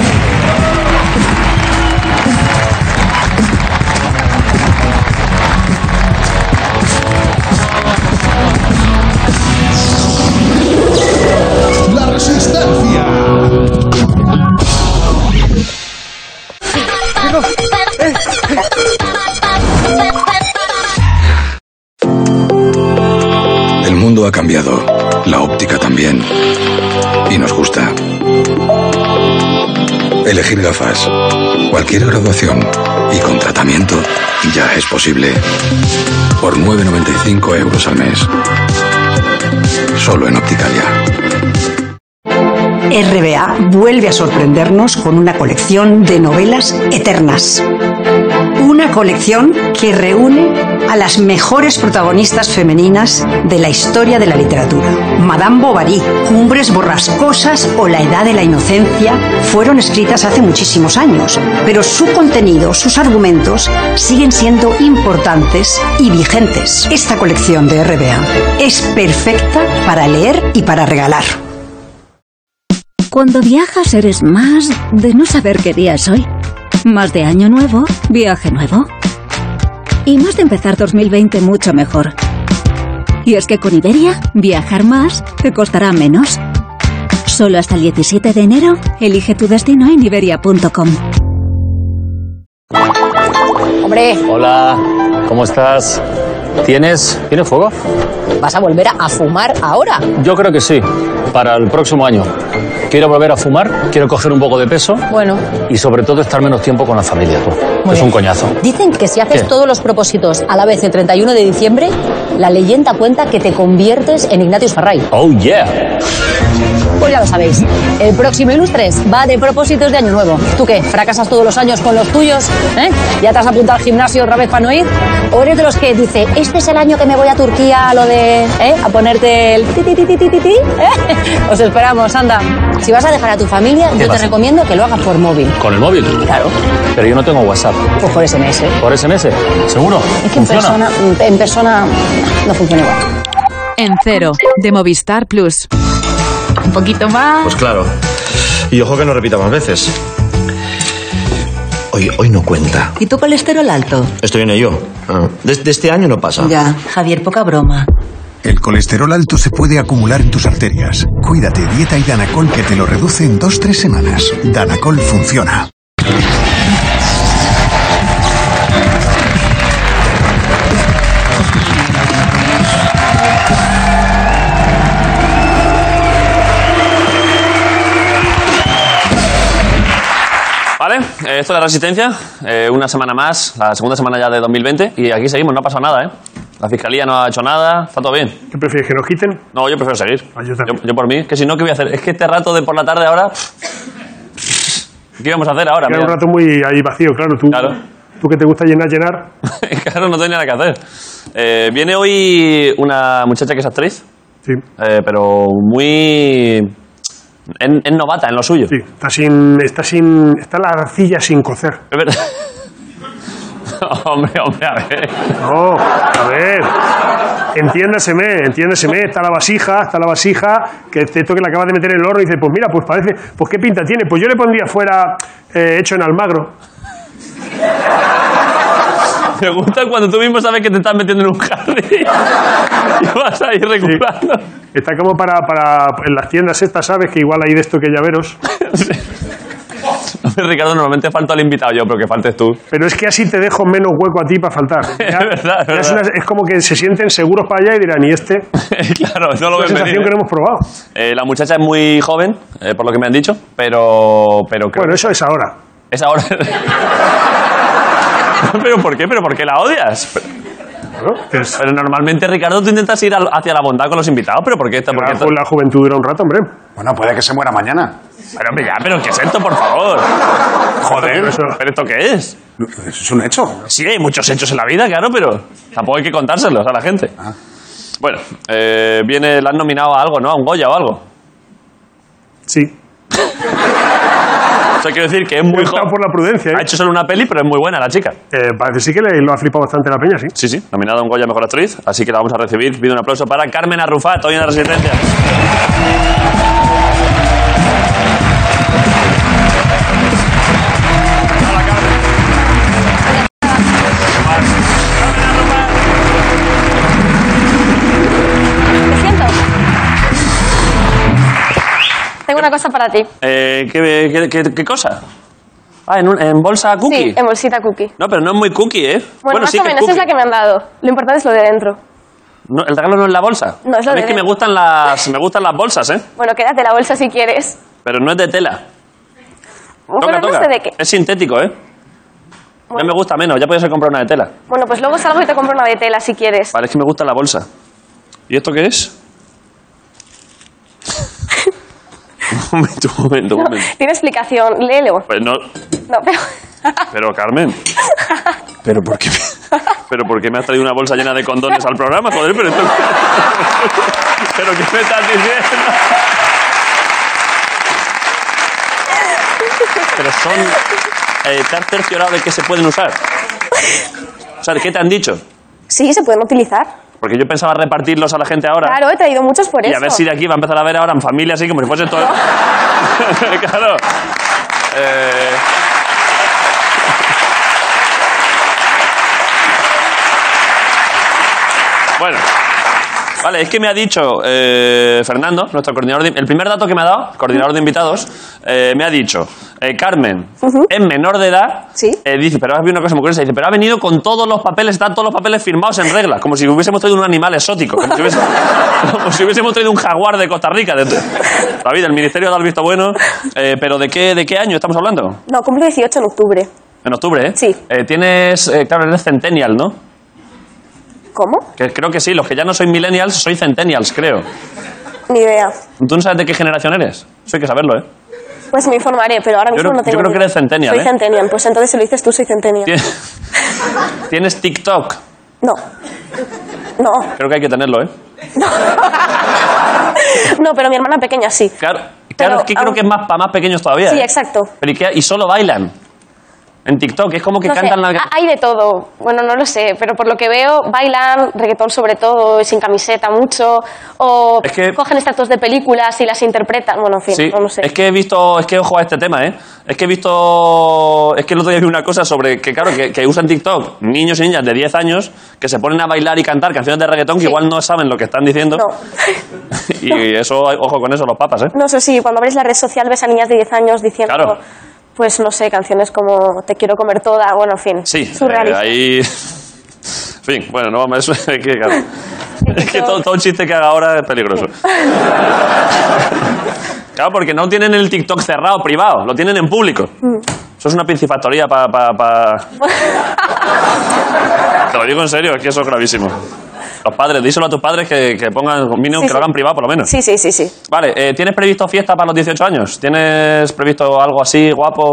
La resistencia. El mundo ha cambiado, la óptica también. Y nos gusta. Elegir gafas, cualquier graduación y con tratamiento ya es posible. Por 9,95 euros al mes. Solo en Opticalia. RBA vuelve a sorprendernos con una colección de novelas eternas. Una una colección que reúne a las mejores protagonistas femeninas de la historia de la literatura. Madame Bovary, Cumbres borrascosas o La edad de la inocencia fueron escritas hace muchísimos años, pero su contenido, sus argumentos siguen siendo importantes y vigentes. Esta colección de RBA es perfecta para leer y para regalar. Cuando viajas eres más de no saber qué día es hoy, más de año nuevo, viaje nuevo y más de empezar 2020 mucho mejor. Y es que con Iberia, viajar más te costará menos. Solo hasta el 17 de enero, elige tu destino en iberia.com. Hombre, Hola, ¿cómo estás? ¿Tienes, ¿Tienes fuego? ¿vas a volver a fumar ahora? Yo creo que sí, para el próximo año. Quiero volver a fumar, quiero coger un poco de peso Bueno, y sobre todo estar menos tiempo con la familia. tú. Muy Es bien. un coñazo. dicen que si haces ¿Qué? todos los propósitos a la vez el 31 de diciembre, la leyenda cuenta que te conviertes en Ignatius Farray. Oh yeah. Pues ya lo sabéis, el próximo Ilustres va de propósitos de Año Nuevo. ¿Tú qué? ¿Fracasas todos los años con los tuyos? ¿Eh? ¿Ya te has apuntado al gimnasio otra vez para no ir? ¿O eres de los que dice, este es el año que me voy a Turquía a lo de... ¿eh? a ponerte el... ti, ti, ti, ti, ti, ti, ti, ¿eh? Os esperamos, anda. Si vas a dejar a tu familia, yo te pasa? recomiendo que lo hagas por móvil. ¿Con el móvil? Claro. Pero yo no tengo WhatsApp. Pues por SMS. ¿Por SMS? ¿Seguro? Es que en ¿Funciona? persona, en persona no funciona igual. En cero, de Movistar Plus. Un poquito más. Pues claro. Y ojo que no repita más veces. Hoy, hoy no cuenta. ¿Y tu colesterol alto? Estoy en ello. Ah, De, de este año no pasa. Ya, Javier, poca broma. El colesterol alto se puede acumular en tus arterias. Cuídate, dieta y Danacol que te lo reduce en 2-3 semanas. Danacol funciona. Vale, eh, esto de la resistencia, eh, una semana más, la segunda semana ya de 2020, y aquí seguimos, no ha pasado nada, ¿eh? La fiscalía no ha hecho nada, está todo bien. ¿Qué prefieres, que nos quiten? No, yo prefiero seguir. yo yo, por mí, que si no, ¿qué voy a hacer? Es que este rato de por la tarde ahora. pff, ¿Qué vamos a hacer ahora? Era un mira? rato muy ahí vacío, claro. Tú, tú que te gusta llenar, llenar. claro, no tengo nada que hacer. Eh, viene hoy una muchacha que es actriz, Sí. eh, pero muy. Es es novata en lo suyo. Sí, está sin, está sin, está la arcilla sin cocer. Es verdad. hombre, hombre, a ver. No, a ver. Entiéndaseme, entiéndaseme. Está la vasija, está la vasija, que te toque la acabas de meter en el horno y dices, pues mira, pues parece, pues qué pinta tiene. Pues yo le pondría fuera eh, hecho en Almagro. Me gusta cuando tú mismo sabes que te estás metiendo en un jardín y vas a ir recuperando. Está como para, para en las tiendas estas, ¿sabes? Que igual hay de esto que llaveros. Hombre, Ricardo, normalmente falto al invitado yo, pero que faltes tú. Pero es que así te dejo menos hueco a ti para faltar. Ya- verdad, es ya es, verdad. una- es como que se sienten seguros para allá y dirán, ¿y este? claro, no lo Es ven una sensación venir. que no hemos probado. Eh, la muchacha es muy joven, eh, por lo que me han dicho, pero, pero creo Bueno, eso es ahora. es ahora. ¿Pero por qué? ¿Pero por qué la odias? Pero, normalmente, Ricardo, tú intentas ir al- hacia la bondad con los invitados, pero ¿por qué esta? por qué esta- La juventud dura un rato, hombre. Bueno, puede que se muera mañana. Pero hombre, ya, pero ¿qué es esto, por favor? Joder, ¿pero esto qué es? Es un hecho. Sí, hay muchos hechos en la vida, claro, pero tampoco hay que contárselos a la gente. Bueno, eh, viene, la han nominado a algo, ¿no? A un Goya o algo. Sí. O sea, quiero decir que es muy joven. por la prudencia, Ha hecho solo una peli, pero es muy buena la chica. Eh, parece sí que le, lo ha flipado bastante la peña, sí. Sí, sí, nominada a un Goya Mejor Actriz, así que la vamos a recibir. Pido un aplauso para Carmen Arrufat, hoy en la Resistencia. Tengo una cosa para ti. Eh, ¿qué, qué, qué- qué cosa? Ah, en, un- en bolsa cookie. Sí, en bolsita cookie. No, pero no es muy cookie, ¿eh? Bueno, más sí o que es menos, es la cookie. que me han dado. Lo importante es lo de dentro. No, el regalo no es la bolsa. No, es lo A mí de que me dentro. gustan, las, me gustan las bolsas, ¿eh? Bueno, quédate la bolsa si quieres. Pero no es de tela. bueno, Toca, no toca. sé de qué. Es sintético, ¿eh? Ya me gusta menos, ya podías haber comprado una de tela. Bueno, pues luego salgo y te compro una de tela si quieres. Vale, es que me gusta la bolsa. ¿Y esto qué es? un momento, un momento, un momento. Tiene explicación, léelo. Pues no, No, pero Pero Carmen. Pero ¿por qué? Pero ¿por qué me has traído una bolsa llena de condones al programa? Joder, pero esto... ¿Pero qué me estás diciendo? Pero son... Eh, ¿Te has cerciorado de que se pueden usar? O sea, ¿qué te han dicho? Sí, se pueden utilizar. Porque yo pensaba repartirlos a la gente ahora. Claro, he traído muchos por y eso. a ver si de aquí va a empezar a ver ahora en familia, así como si fuese todo... claro. Eh, Bueno. Vale, es que me ha dicho eh, Fernando, nuestro coordinador de, El primer dato que me ha dado, coordinador de invitados, eh, me ha dicho, eh, Carmen, es menor de edad, eh, dice, pero has visto una cosa muy curiosa, dice, pero ha venido con todos los papeles, están todos los papeles firmados en regla, como si hubiésemos traído un animal exótico, como si, hubiese- como si hubiésemos traído un jaguar de Costa Rica. De, David, el ministerio ha dado el visto bueno, eh, pero ¿de qué, ¿de qué año estamos hablando? No, cumplo 18 en octubre. En octubre, ¿eh? Sí. tienes, eh, claro, eres centennial, ¿no? ¿Cómo? Que creo que sí, los que ya no soy millennials, soy centennials, creo. Ni idea. ¿Tú no sabes de qué generación eres? Eso hay que saberlo, ¿eh? Pues me informaré, pero ahora Yo mismo creo- no tengo yo creo ni que idea. eres centennial, Soy ¿eh? centennial, pues entonces si lo dices tú, soy centennial. Tienes, tienes TikTok. No. No, Creo que hay que tenerlo, ¿eh? no, pero mi hermana pequeña sí. Claro, claro es que creo que es más para más pequeños todavía. Sí, ¿eh? exacto. Pero ¿y, qué? y solo bailan. En TikTok, es como que No sé, ah, cantan la... ha- Hay de todo. Bueno, no lo sé, pero por lo que veo, bailan reggaetón sobre todo, sin camiseta mucho, o Es que- cogen extractos de películas y las interpretan. Bueno, en fin, Sí, no lo sé. es que he visto, es que ojo a este tema, ¿eh? Es que he visto, es que el otro día vi una cosa sobre que, claro, que, que usan TikTok niños y niñas de 10 años que se ponen a bailar y cantar canciones de reggaetón que igual no saben lo que están diciendo. y eso, ojo con eso, los papas, ¿eh? No sé si cuando abres la red social ves a niñas de 10 años diciendo, Claro. pues no sé, canciones como Te quiero comer toda, bueno, en fin. Sí, eh, surrealista. ahí. En fin, bueno, no vamos, es que, claro. Es que todo, todo chiste que haga ahora es peligroso. Claro, porque no tienen el TikTok cerrado, privado, lo tienen en público. Eso es una principatoría para. Pa, pa- Te lo digo en serio, es que eso es gravísimo. Los padres, díselo a tus padres que, que pongan, mínimo Sí, que lo sí. hagan privado por lo menos. Sí, sí, sí, sí. Vale, eh, ¿tienes previsto fiesta para los 18 años? ¿Tienes previsto algo así, guapo?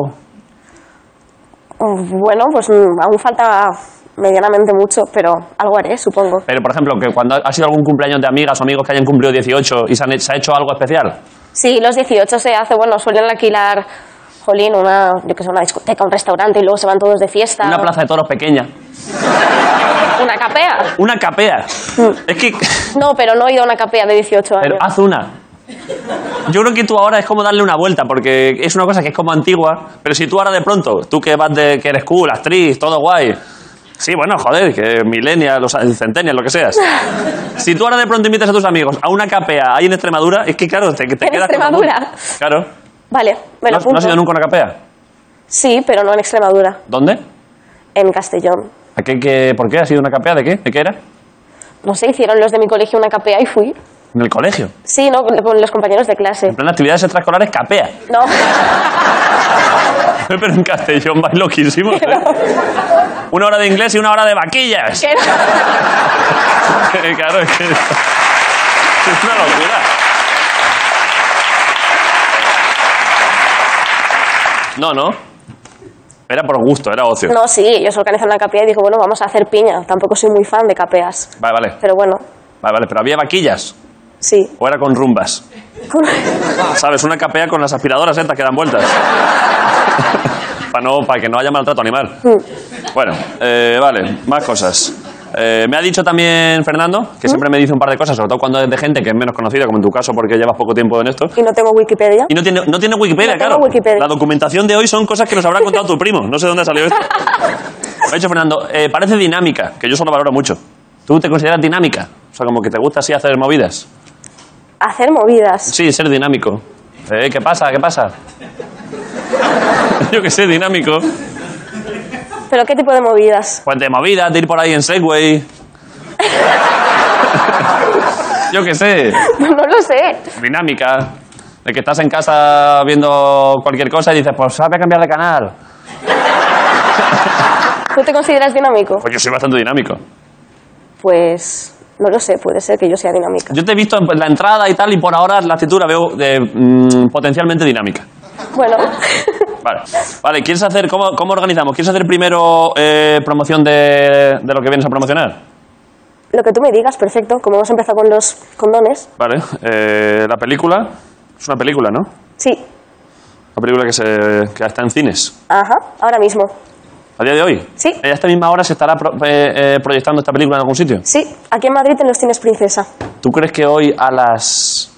Mm, Bueno, pues mm, aún falta medianamente mucho, pero algo haré, supongo. Pero, por ejemplo, que cuando ha sido algún cumpleaños de amigas o amigos que hayan cumplido 18 y se, han he- se ha hecho algo especial. Sí, los 18 se hace, bueno, suelen alquilar, jolín, una, yo que sé, una discoteca, un restaurante y luego se van todos de fiesta. Una plaza de toros pequeña. Una capea. Una capea. Mm. Es que. No, pero no he ido a una capea de 18 años. Pero ah, haz una. Yo creo que tú ahora es como darle una vuelta, porque es una cosa que es como antigua. Pero si tú ahora de pronto, tú que vas de que eres cool, actriz, todo guay. Sí, bueno, joder, que milenia, los centenias, lo que seas. Si tú ahora de pronto invitas a tus amigos a una capea ahí en Extremadura, es que claro, te, te quedas. ¿En como Extremadura? muy- Claro. Vale, me ¿No, lo has- ¿No has apunto. ido nunca a una capea? Sí, pero no en Extremadura, ¿Dónde? en Castellón. ¿A qué, qué- ¿Por qué? ¿Ha sido una capea de qué? ¿De qué era? No sé, hicieron los de mi colegio una capea y fui. En el colegio. Sí, no, con con los compañeros de clase. En plan, actividades extraescolares, capea. No, Pero en Castellón vais loquísimo. ¿eh? Una hora de inglés y una hora de vaquillas. que no. claro, es que... Es una locura. No, no. Era por gusto, era ocio. No, sí, ellos organizan la capea y digo, bueno, vamos a hacer piña. Tampoco soy muy fan de capeas. Vale, vale. Pero bueno, Vale, vale. Pero había vaquillas. sí. O era con rumbas. ¿Sabes? Una capea con las aspiradoras estas que dan vueltas. para, no, para que no haya maltrato animal. Mm. Bueno, eh, vale, más cosas. Eh, me ha dicho también Fernando, ¿Mm? que siempre me dice un par de cosas, sobre todo cuando es de gente que es menos conocida, como en tu caso, porque llevas poco tiempo en esto. Y no tengo Wikipedia. Y no tiene, no tiene Wikipedia, No tengo claro. Wikipedia. La documentación de hoy son cosas que nos habrá contado tu primo. No sé dónde ha salido esto. Me ha dicho Fernando, eh, parece dinámica, que yo solo valoro mucho. ¿Tú te consideras dinámica? O sea, como que te gusta así hacer movidas. Hacer movidas. Sí, ser dinámico. Eh, ¿Qué pasa? ¿Qué pasa? Yo que sé, dinámico. ¿Pero qué tipo de movidas? Pues de movida, de ir por ahí en Segway. Yo que sé, no lo sé. dinámica. De que estás en casa viendo cualquier cosa y dices, pues sabe a cambiar de canal. ¿Tú te consideras dinámico? Pues yo soy bastante dinámico. Pues no lo sé, puede ser que yo sea dinámica. Yo te he visto en la entrada y tal, y por ahora la actitud la veo eh, mm, potencialmente dinámica. Bueno, Vale, vale ¿quieres hacer, cómo, cómo organizamos? ¿Quieres hacer primero eh, promoción de, de lo que vienes a promocionar? Lo que tú me digas, perfecto. Como hemos empezado con los condones. Vale, eh, la película, es una película, ¿no? Sí. Una película que, se, que está en cines, Ajá, ahora mismo. a día de hoy. Sí. ¿A esta misma hora se estará pro- eh, eh, proyectando esta película en algún sitio? Sí, aquí en Madrid en los cines Princesa. ¿Tú crees que hoy a las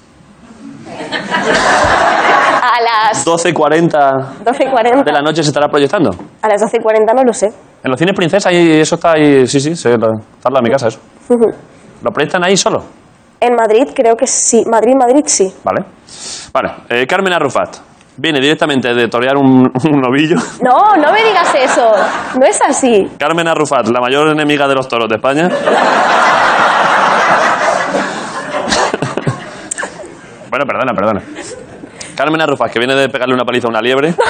A las 12.40 12 y 40. de la noche se estará proyectando? A las 12 y 40 no lo sé. En los cines Princesa y eso está ahí, sí, sí, se- lo- está en la mi casa eso. Ujú. ¿Lo proyectan ahí solo? En Madrid creo que sí. Madrid, Madrid sí. Vale. Vale, eh, Carmen Arrufat viene directamente de torear un, un novillo. No, no me digas eso. No es así. Carmen Arrufat, la mayor enemiga de los toros de España. bueno, perdona, perdona. Carmen Arrufat, que viene de pegarle una paliza a una liebre.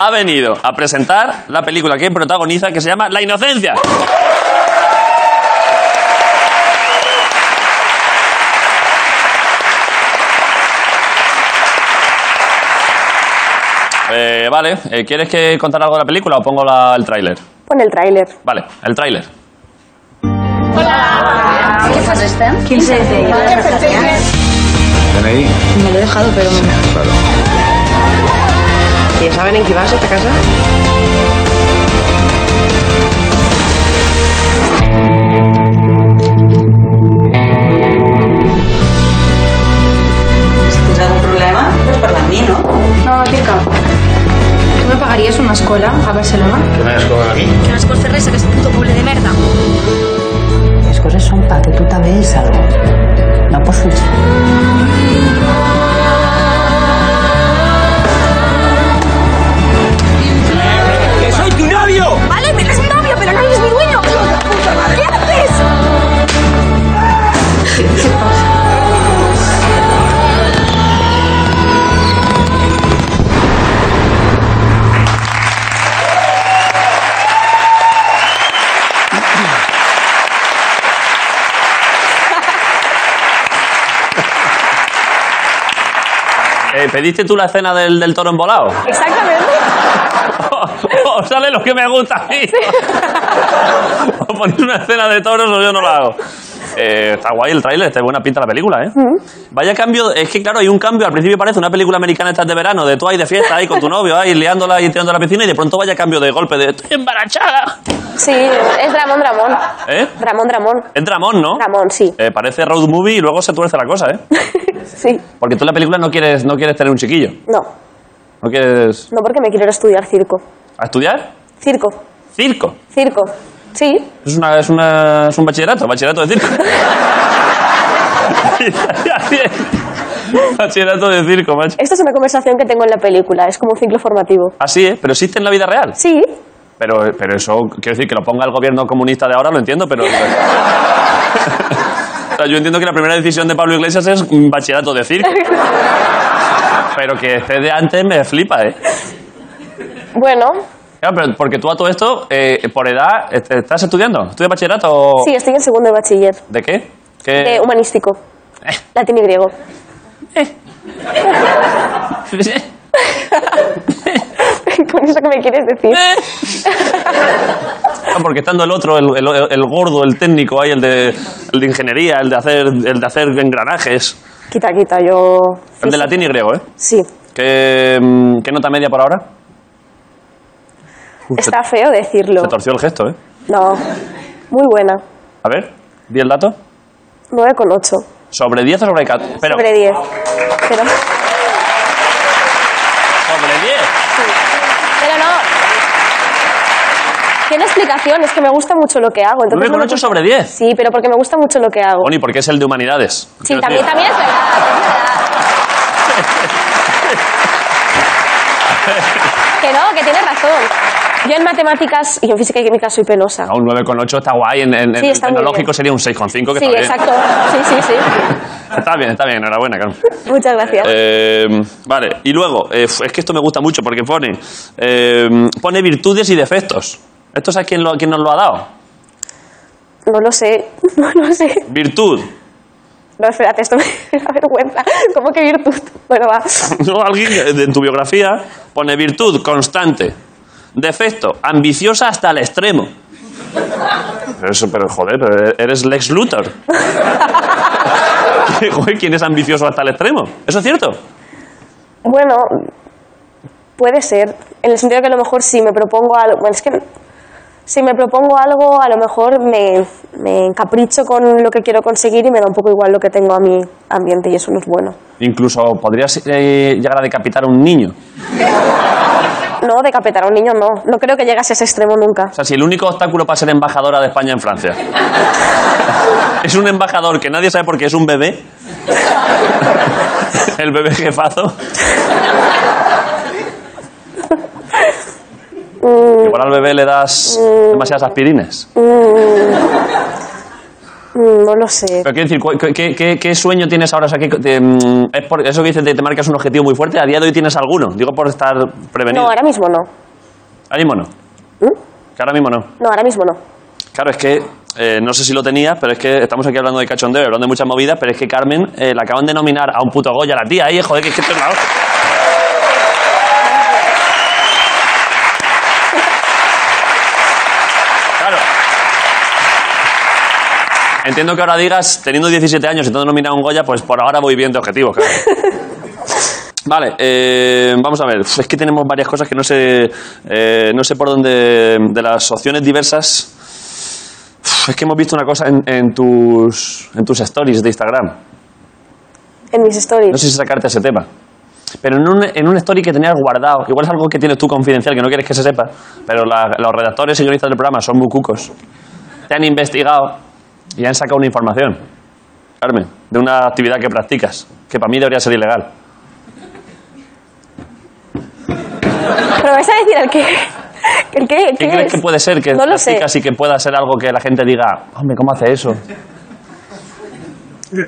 Ha venido a presentar la película que protagoniza que se llama La Inocencia. Eh, vale, eh, ¿quieres que contar algo de la película o pongo la- el tráiler? Pon el tráiler. Vale, el tráiler. ¿Qué fue este? 15 de ¿Tenéis? Me lo he dejado, pero... Claro. ¿Ya saben en qué vas esta casa? ¿Tienes algún problema? Pues para mí, ¿no? No, chica. ¿Tú me pagarías una escuela a Barcelona? ¿Qué me has colgado aquí? Que no es por res, que es un puto poble de merda. Les coses son para que tú te veas algo. No por fugir. ¡Que soy tu novio! Vale, me eres mi novio, pero no eres mi dueño. ¡Hijo de puta madre! ¿Qué haces? ¿Qué pasa? Eh, ¿Pediste tú la escena del, del toro embolado? Exactamente. o sale lo que me gusta a mí. o ponéis una escena de toros o yo no la hago. Eh, está guay el tráiler, está buena pinta la película, ¿eh? Vaya cambio, es que claro, hay un cambio. Al principio parece una película americana estas de verano, de tú ahí de fiesta, ahí con tu novio, ahí liándola y tirando a la piscina, y de pronto vaya cambio de golpe de... Embarachada. Sí, es Dramón Dramón. ¿Eh? Dramón Dramón. Es Dramón, ¿no? Dramón, sí. Eh, parece road movie y luego se tuerce la cosa, ¿eh? Sí. Porque tú en la película no quieres, no quieres tener un chiquillo. No, No quieres... no porque me quiero ir a estudiar circo. ¿A estudiar? Circo, Circo. circo. Sí, Es, una, es, una- es un bachillerato, bachillerato de circo. bachillerato de circo, macho. Esta es una conversación que tengo en la película, es como un ciclo formativo. Así es, pero existe en la vida real. Sí, Pero, pero eso, quiero decir, que lo ponga el gobierno comunista de ahora, lo entiendo, pero... o sea, yo entiendo que la primera decisión de Pablo Iglesias es mm, bachillerato de circo. Pero que esté de antes me flipa, ¿eh? bueno, Claro, pero porque tú a todo esto, eh, por edad, est- ¿estás estudiando? ¿Estudias bachillerato o...? sí, estoy en segundo de bachiller, ¿De qué? ¿Qué? de humanístico, latín y griego. Con eso que me quieres decir. Ah, Porque estando el otro, el, el- el gordo, el técnico, ahí el de, el de ingeniería, el de hacer, el de hacer engranajes, Quita, quita, yo... el de latín y griego, ¿eh? Sí, ¿Qué, mm, qué nota media por ahora? Uf, se, está feo decirlo. se torció el gesto, ¿eh? No, muy buena, A ver, di el dato. 9,8. ¿Sobre 10 o sobre 14? Espera, Sobre 10. Pero, ¿sobre 10? pero no. Tiene explicación, es que me gusta mucho lo que hago. Entonces no me 9,8 gusta- sobre 10. Sí, pero porque me gusta mucho lo que hago. Bueno, ¿y por qué es el de humanidades? Sí, Quiero también, decir, también es verdad. que no, que tienes razón. Yo en matemáticas y en física y química soy penosa. no, un 9,8 está guay, en, en- Sí, en está muy tecnológico bien. sería un 6,5, que sí, está bien. exacto. Sí, sí, sí. Está bien, está bien, enhorabuena, Carmen. Muchas gracias. Eh, vale, y luego, eh, es que esto me gusta mucho porque pone, eh, pone virtudes y defectos. ¿Esto sabes quién, lo, quién nos lo ha dado? No lo sé. No, no sé. Virtud. No, espérate, esto me da vergüenza. ¿Cómo que virtud? Bueno, va. No, alguien que en tu biografía pone virtud constante. Defecto, ambiciosa hasta el extremo. Pero eso, pero joder, pero eres Lex Luthor. Joder, ¿quién es ambicioso hasta el extremo? ¿Eso es cierto? Bueno, puede ser. En el sentido que a lo mejor si me propongo algo. Bueno, es que. Si me propongo algo, a lo mejor me, me encapricho con lo que quiero conseguir y me da un poco igual lo que tengo a mi ambiente y eso no es bueno. Incluso podrías eh, llegar a decapitar a un niño. No, decapitar a un niño no. No creo que llegase a ese extremo nunca. O sea, si el único obstáculo para ser embajadora de España en Francia es un embajador que nadie sabe por qué es un bebé, el bebé jefazo. Igual al bebé le das demasiadas aspirines. Mm, mm, no lo sé. Pero quiero decir, ¿cu- qué, qué- qué- qué sueño tienes ahora? O sea, ¿qué- te, mm, es por- eso que dices, te, te marcas un objetivo muy fuerte. ¿A día de hoy tienes alguno? Digo por estar prevenido. No, ahora mismo no. ¿Mm? Ahora mismo no. Que ahora mismo no. No, ahora mismo no. Claro, es que eh, no sé si lo tenías, pero es que estamos aquí hablando de cachondeo, hablando de muchas movidas, pero es que Carmen eh, la acaban de nominar a un puto Goya, la tía ahí, joder, que es que esto es la hostia. Claro. Entiendo que ahora digas, teniendo 17 años y todo nominado a un Goya, pues por ahora voy bien de objetivos, claro. Vale, eh, vamos a ver. Uf, Es que tenemos varias cosas que no sé, eh, no sé por dónde. De las opciones diversas. Uf, Es que hemos visto una cosa en, en tus, en tus stories de Instagram. En mis stories. No sé si sacarte ese tema. Pero en un, en un story que tenías guardado, igual es algo que tienes tú confidencial, que no quieres que se sepa, pero la- los redactores y guionistas del programa son muy cucos. Te han investigado y han sacado una información, Carmen, de una actividad que practicas, que para mí debería ser ilegal. ¿Pero vais a decir el qué? ¿El qué? ¿Qué, ¿Qué, crees es? que puede ser que No lo sé. practicas y que pueda ser algo que la gente diga, hombre, ¿cómo hace eso?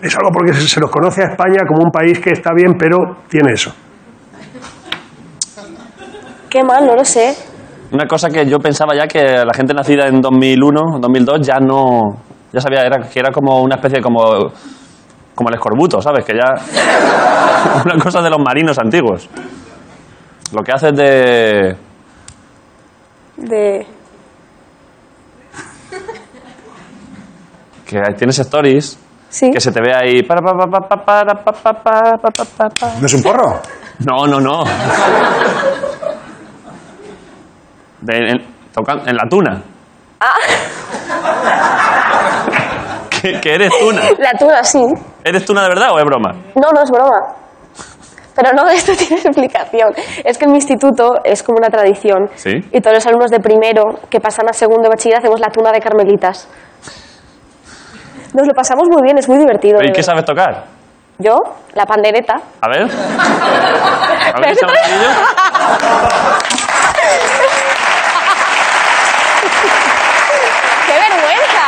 Es algo porque se se nos conoce a España como un país que está bien, pero tiene eso. Qué mal, no lo sé. Una cosa que yo pensaba ya que la gente nacida en 2001, 2002 ya no ya sabía era que era como una especie de como como el escorbuto, ¿sabes? Que ya una cosa de los marinos antiguos. Lo que haces de De... que tienes stories Sí. que se te ve ahí para pa, pa, pa, pa, para, pa, pa, pa, pa, pa, pa, pa. ¿No es un porro? No, no, no. De- en, tocan- en la tuna. Ah. que, que eres tuna. La tuna, sí. ¿Eres tuna de verdad o es broma? No, no es broma. Pero no, esto tiene explicación. Es que en mi instituto es como una tradición. Sí. Y todos los alumnos de primero que pasan a segundo de bachiller hacemos la tuna de carmelitas. Nos lo pasamos muy bien, es muy divertido. ¿Y de qué verdad. sabes tocar? Yo, la pandereta. A ver. A ver, ¿sabes aquello? ¡Qué vergüenza!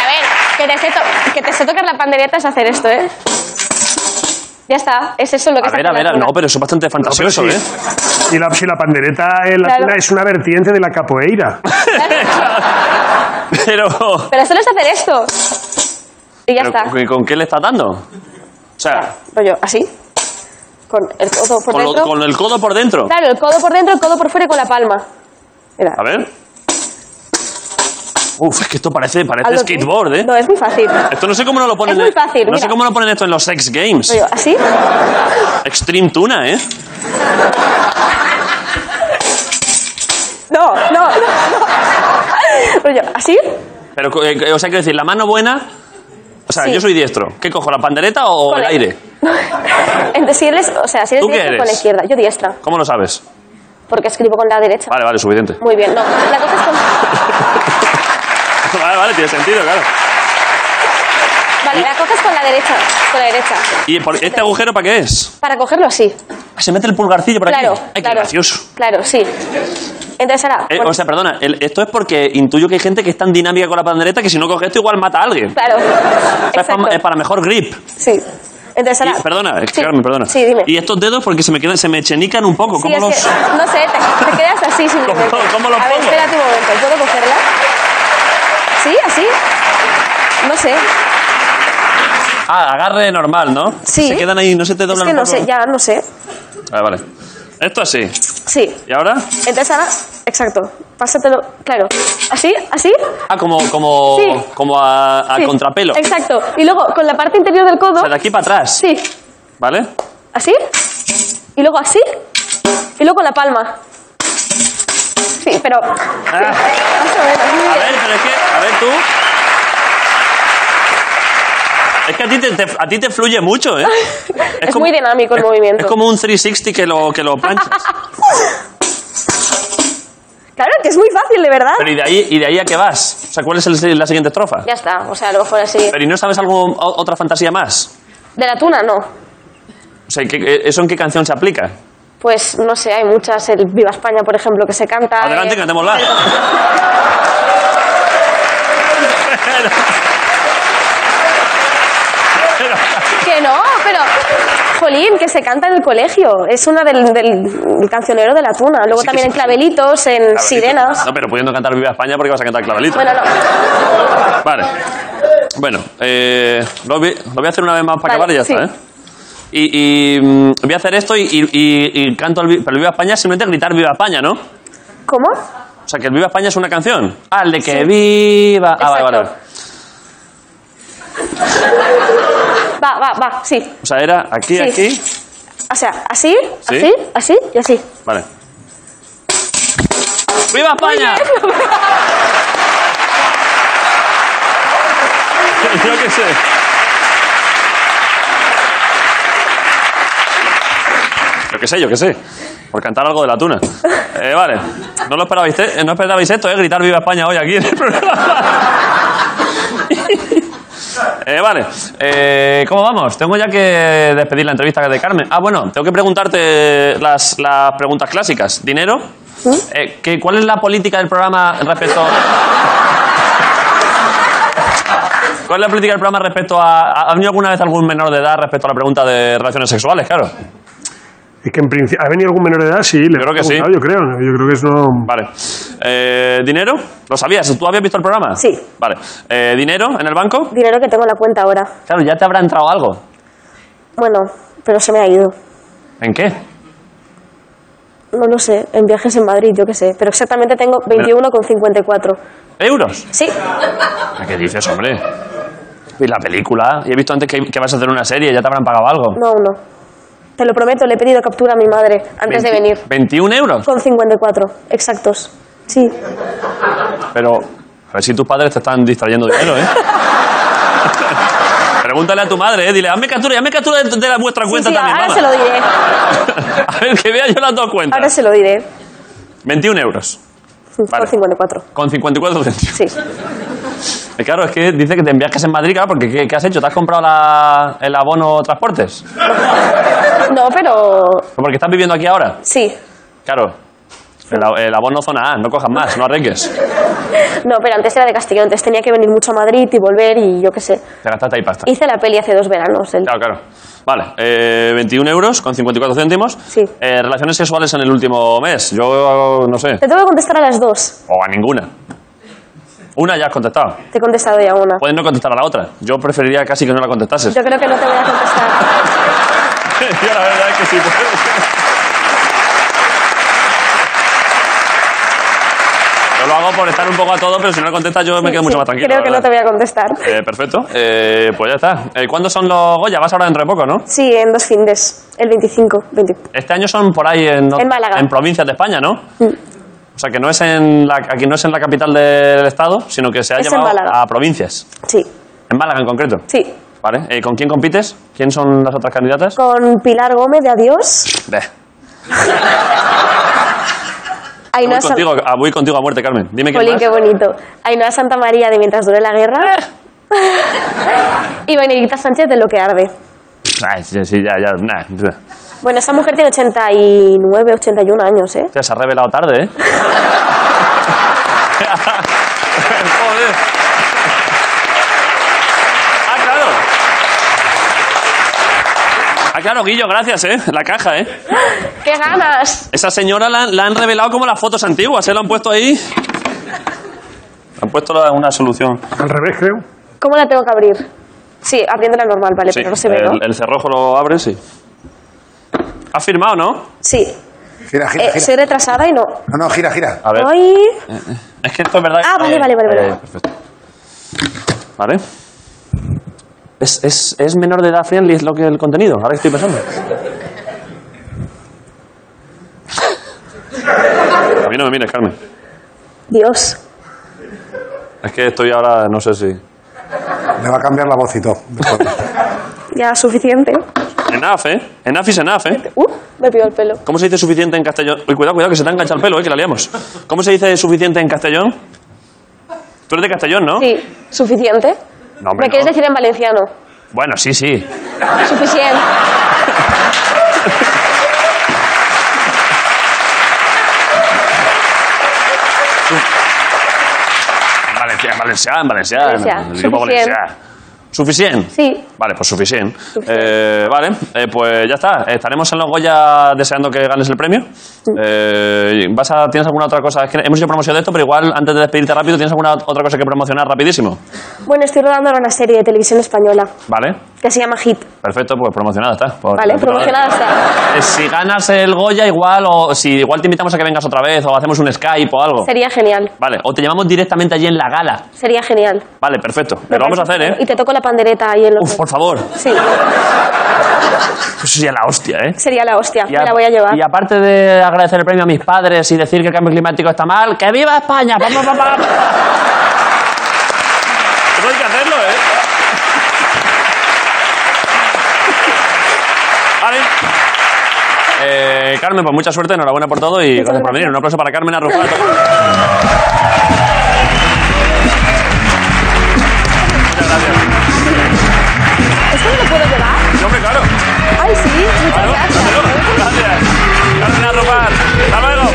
A ver, que te, sé to- que te sé tocar la pandereta es hacer esto, ¿eh? Ya está, es eso lo que A se ver, a hace en la ver, a- tuna. no, pero eso es bastante fantasioso, ¿eh? Y la, si la pandereta en la Claro. tuna es una vertiente de la capoeira. Pero. Pero solo es hacer esto. Y ya pero está. ¿con, con qué le estás dando? O sea, Rollo, así. Con el codo por con, lo- dentro. con el codo por dentro. Claro, el codo por dentro, el codo por fuera y con la palma. Mira. A ver. Uf, es que esto parece, parece hazlo tú. skateboard, ¿eh? No, es muy fácil. Esto no sé cómo no lo ponen. Es muy en- fácil, No sé mira. cómo no ponen esto en los sex games. Rollo, así. Extreme tuna, ¿eh? No, no, no. no. Rollo, así. Pero, eh, o sea, quiero decir, la mano buena. O sea, Sí. yo soy diestro. ¿Qué cojo, la pandereta o Con el el- aire? Entonces, si eres, o sea, si eres ¿Tú qué diestra eres? con la izquierda. Yo diestra, ¿Cómo lo sabes? porque escribo con la derecha. Vale, vale, suficiente. Muy bien, no. La cosa es con... vale, vale, tiene sentido, claro. Vale, la coges con la derecha. Con la derecha. ¿Y por- este agujero para qué es? Para cogerlo así. Ah, Se mete el pulgarcillo por Claro, aquí. Ay, qué claro. gracioso. Claro, sí. Entonces ahora. Eh, pon- o sea, perdona, el- esto es porque intuyo que hay gente que es tan dinámica con la pandereta que si no coge esto igual mata a alguien. Claro. O sea, es, Exacto. eh, pa- es para mejor grip. Sí. Entonces ahora. Y- perdona, es que Sí. Carmen, perdona. Sí, dime. Y estos dedos porque se me quedan, se me chenican un poco. Sí, ¿Cómo es los...? que- no sé, te, te quedas así simplemente. ¿Cómo- cómo lo A ver, pongo? espérate un momento, ¿puedo cogerla? así, así. No sé. Ah, agarre normal, ¿no? Sí. Se quedan ahí, no se te Es doblan que un no poco. sé, ya no sé. Vale, vale. Esto así. Sí. ¿Y ahora? Entonces ahora, exacto. Pásatelo, claro. Así, así. Ah, como, como, Sí. como a, a sí. contrapelo. Exacto. Y luego con la parte interior del codo. O sea, de aquí para atrás. Sí. ¿Vale? Así. Y luego así. Y luego con la palma. Sí, pero. Ah. Más o menos, muy A bien. ver, pero es que, a ver tú. Es que a ti te, te- a ti te fluye mucho, ¿eh? Es, muy dinámico el movimiento. Es como un 360 que lo, que lo planchas. Claro, que es muy fácil, de verdad. Pero ¿y de, ahí, ¿y de ahí a qué vas? O sea, ¿cuál es el- la siguiente estrofa? Ya está, o sea, a lo mejor así. Pero ¿y no sabes algo, o- otra fantasía más? De la tuna, no. O sea, ¿qué- qué- ¿eso en qué canción se aplica? Pues no sé, hay muchas. El Viva España, por ejemplo, que se canta. Adelante, eh, cantémosla. Que no, pero. Jolín, que se canta en el colegio. Es una del, del- del cancionero de la tuna. Luego Sí que también sí. en clavelitos, en Clavelito. sirenas. No, pero pudiendo cantar Viva España porque vas a cantar Clavelito. Bueno, no. Vale. Bueno, eh, lo, voy, lo voy a hacer una vez más para acabar y Vale, ya sí. está, ¿eh? Y, y, mm, voy a hacer esto y, y- y- y canto el, vi- pero el Viva España, simplemente gritar Viva España, ¿no? O ¿Cómo? sea, que el Viva España es una canción. Ah, el de que viva... Ah, vale, vale, vale. Va, va, va, sí. O sea, era aquí, Sí. aquí... O sea, así, Sí. así, así y así. Vale. ¡Viva España! Yo qué sé. Yo qué sé, yo qué sé. Por cantar algo de la tuna. Eh, vale. No lo esperabais, eh, no esperabais esto, ¿eh? Gritar Viva España hoy aquí en el programa. Eh, vale. Eh, ¿Cómo vamos? Tengo ya que despedir la entrevista de Carmen. Ah, bueno, tengo que preguntarte las, las preguntas clásicas. ¿Dinero? Eh, ¿qué- ¿Cuál es la política del programa respecto... ¿Cuál es la política del programa respecto a... ¿Ha venido alguna vez algún menor de edad respecto a la pregunta de relaciones sexuales? Claro. Es que en principio. ¿Ha venido algún menor de edad? Sí, le creo habrá que sí. preguntado, Yo creo, ¿no? yo creo que es no. Vale. Eh, ¿Dinero? ¿Lo sabías? ¿Tú habías visto el programa? Sí. Vale. Eh, ¿Dinero en el banco? Dinero que tengo en la cuenta ahora. Claro, ya te habrá entrado algo. Bueno, pero se me ha ido. ¿En qué? No lo sé, en viajes en Madrid, yo qué sé. Pero exactamente tengo 21,54. ¿Euros? Sí. ¿A ¿Qué dices, hombre? Y la película. Y he visto antes que, que vas a hacer una serie, ya te habrán pagado algo. No, no. Te lo prometo, le he pedido captura a mi madre antes de 20 venir. ¿21 euros? Con 54, exactos. Sí. Pero, a ver si tus padres te están distrayendo dinero, ¿eh? Pregúntale a tu madre, ¿eh? Dile, hazme captura, hazme captura de, de la vuestra Sí, cuenta sí, también. ahora mamá. se lo diré. A ver, que vea yo las dos cuentas. Ahora se lo diré. 21 euros. Vale. Con 54. Con 54 céntimos. Sí. Y Eh, Claro, es que dice que te enviajes en Madrid, claro, porque ¿qué, qué has hecho? ¿Te has comprado la- el abono transportes? No, pero. Porque estás viviendo aquí ahora. Sí. Claro. El, a- el abono zona A, no cojas más, no arreques. No, pero antes era de Castellón, antes tenía que venir mucho a Madrid y volver y yo qué sé. Te gastaste ahí pasta. Hice la peli hace dos veranos. el- Claro, claro. Vale, eh, 21 euros con 54 céntimos. Eh, relaciones sexuales en el último mes. Yo no sé. Te tengo que contestar a las dos. O a ninguna. Una ya has contestado. Te he contestado ya una. Puedes no contestar a la otra. Yo preferiría casi que no la contestases. Yo creo que no te voy a contestar. Yo la verdad es que sí. Yo lo hago por estar un poco a todo, pero si no la contestas yo me quedo mucho más tranquilo. Creo la que no te verdad. voy a contestar. Eh, perfecto. Eh, pues ya está. Eh, ¿Cuándo son los Goya? Vas ahora dentro de poco, ¿no? Sí, en dos findes. El 25, 20. Este año son por ahí en, En Málaga. en provincias de España, ¿no? O sea, que no es en la, aquí no es en la capital del estado, sino que se ha Es en llevado Málaga. a provincias. Sí. En Málaga en concreto. Sí. Vale. Eh, ¿Con quién compites? ¿Quién son las otras candidatas? Con Pilar Gómez de Adiós. Beh, Ainhoa voy, San- contigo, a, voy contigo a muerte, Carmen. Dime quién Jolín, más. qué bonito. Ainhoa Santa María de Mientras dure la guerra. y Benedicta Sánchez de Lo que arde. Ay, sí, sí, ya, ya, nah. Bueno, esa mujer tiene 89, 81 años, ¿eh? Ya se ha revelado tarde, ¿eh? Joder. Ah, claro. Ah, claro, Guillo, gracias, ¿eh? La caja, ¿eh? ¡Qué ganas! Esa señora la, han- la han revelado como las fotos antiguas, ¿eh? La han puesto ahí. Han puesto la- una solución. Al revés, creo. ¿Cómo la tengo que abrir? Sí, abriéndola normal, vale, Sí, pero no se ve, ¿no? el, el cerrojo lo abre, sí. ¿Has firmado, no? Sí. Gira, Eh, soy retrasada y no. No, no, gira, gira. A ver. Ay. Eh, eh, Es que esto es verdad. Ah, vale, Eh, vale, vale, vale. eh, perfecto. Vale. ¿Es, es, es menor de edad friendly es lo que el contenido? Ahora que estoy pensando. A mí no me mires, Carmen. Dios. Es que estoy ahora, no sé si. En Ah. Le va a cambiar la voz y todo. Pues Ya suficiente. Enough, ¿eh? Enough is enough, ¿eh? Uh, me pilló el pelo. ¿Cómo se dice suficiente en castellón? Uy, cuidado, cuidado, que se te engancha el pelo, eh, que la liamos. ¿Cómo se dice suficiente en castellón? Tú eres de castellón, ¿no? Sí. ¿Suficiente? No, hombre, ¿Me quieres no. decir en valenciano? Bueno, sí, sí. Suficiente. En Valencià, en valencià, en valencià. en- Valencià, en el idioma suficient. valencià. ¿Suficient? Sí. Vale, pues suficiente. Eh, vale, eh, pues ya está. Estaremos en los Goya deseando que ganes el premio. Eh, ¿vas a, ¿Tienes alguna otra cosa? Es que hemos hecho promoción de esto, pero igual antes de despedirte rápido, ¿tienes alguna otra cosa que promocionar rapidísimo? Bueno, estoy rodando ahora una serie de televisión española Vale, que se llama Hit. perfecto, pues promocionada está. Pues, Vale, perfecto, promocionada está. Eh, Si ganas el Goya, igual, o si igual te invitamos a que vengas otra vez, o hacemos un Skype o algo. Sería genial. Vale, o te llamamos directamente allí en la gala. Sería genial. Vale, perfecto. Lo vamos a hacer, ¿eh? Y te toco la pandereta ahí en los. Uf, por favor. Sí, Eso sería la hostia, ¿eh? sería la hostia. a- Me la voy a llevar. y aparte de agradecer el premio a mis padres y decir que el cambio climático está mal, ¡que viva España! ¡Vamos, papá! Eso hay que hacerlo, ¿eh? Vale. Eh, Carmen, pues mucha suerte, enhorabuena por todo y gracias por venir. Un aplauso para Carmen Arrufato. ¿Esto me lo puedo llevar? No, hombre, claro. Ay, sí, muchas gracias. Gracias. Carmen Arrufato. Hasta luego.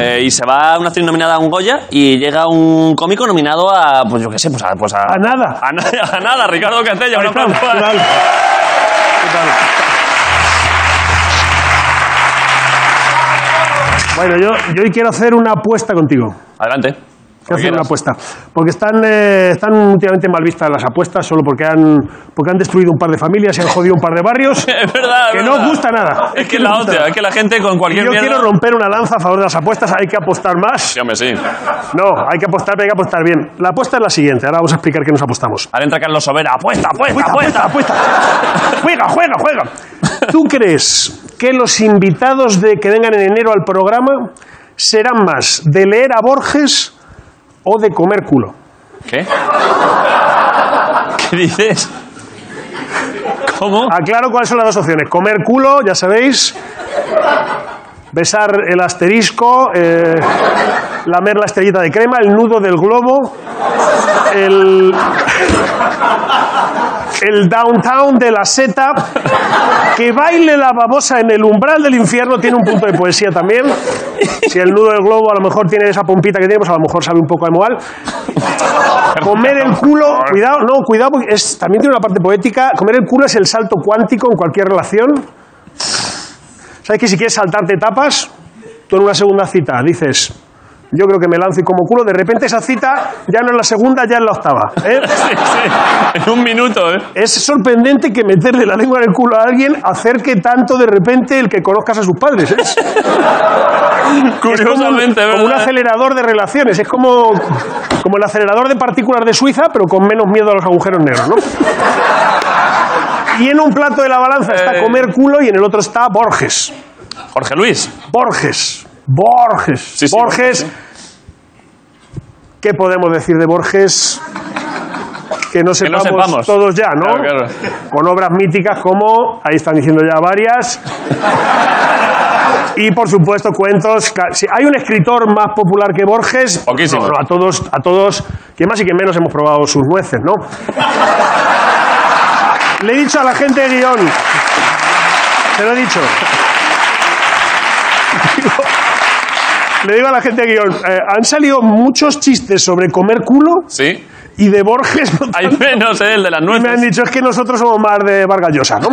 Eh, y se va una actriz nominada a un Goya y llega un cómico nominado a, pues yo qué sé, pues a... Pues a, nada. A, na- a nada, Ricardo Castella. un aplauso. Bueno, yo, yo hoy quiero hacer una apuesta contigo. Adelante. Quiero hacer una apuesta. Porque están, eh, están últimamente mal vistas las apuestas solo porque han, porque han destruido un par de familias y han jodido un par de barrios. Es verdad, Que es verdad. no gusta nada. Es que es no la gusta hostia, nada. es que la gente con Y cualquier yo mierda... quiero romper una lanza a favor de las apuestas. Hay que apostar más. Sí, hombre, sí. No, hay que apostar, pero hay que apostar bien. La apuesta es la siguiente. Ahora vamos a explicar qué nos apostamos. Ahora entra Carlos Sobera. ¡Apuesta, apuesta, apuesta! apuesta, juega, juega, juega. ¿Tú crees que los invitados de que vengan en enero al programa serán más de leer a Borges o de comer culo? ¿Qué? ¿Qué dices? ¿Cómo? Aclaro cuáles son las dos opciones. Comer culo, ya sabéis. Besar el asterisco, eh, lamer la estrellita de crema, el nudo del globo, el, el downtown de la seta, que baile la babosa en el umbral del infierno, tiene un punto de poesía también. Si el nudo del globo a lo mejor tiene esa pompita que tiene, pues a lo mejor sabe un poco de moal. Comer el culo, cuidado, no, cuidado, porque es, también tiene una parte poética. Comer el culo es el salto cuántico en cualquier relación. ¿Sabes que si quieres saltarte etapas, tú en una segunda cita dices, yo creo que me lanzo y como culo, de repente esa cita ya no es la segunda, ya es la octava. ¿eh? En un minuto, ¿eh? Es sorprendente que meterle la lengua en el culo a alguien acerque tanto de repente el que conozcas a sus padres. ¿eh? Es como un- Curiosamente, como, ¿verdad? un acelerador de relaciones. Es como, como el acelerador de partículas de Suiza, pero con menos miedo a los agujeros negros, ¿no? Y en un plato de la balanza Eh. está comer culo y en el otro está Borges. Jorge Luis. Borges. Borges. Borges. ¿Qué podemos decir de Borges? Que no Que no sepamos, sepamos. todos ya, ¿no? Claro, Con obras míticas como, ahí están diciendo ya varias. Y por supuesto cuentos. ca- Si hay un escritor más popular que Borges, Poquísimo. no, no, a todos, a todos, que más y que menos hemos probado sus nueces, ¿no? Le he dicho a la gente de guión, se lo he dicho. Le digo a la gente de guión, eh, han salido muchos chistes sobre comer culo Sí. Y de Borges. no Hay tanto. menos, ¿eh? El de las Y me han nueces. dicho, es que nosotros somos más de Vargas Llosa, ¿no?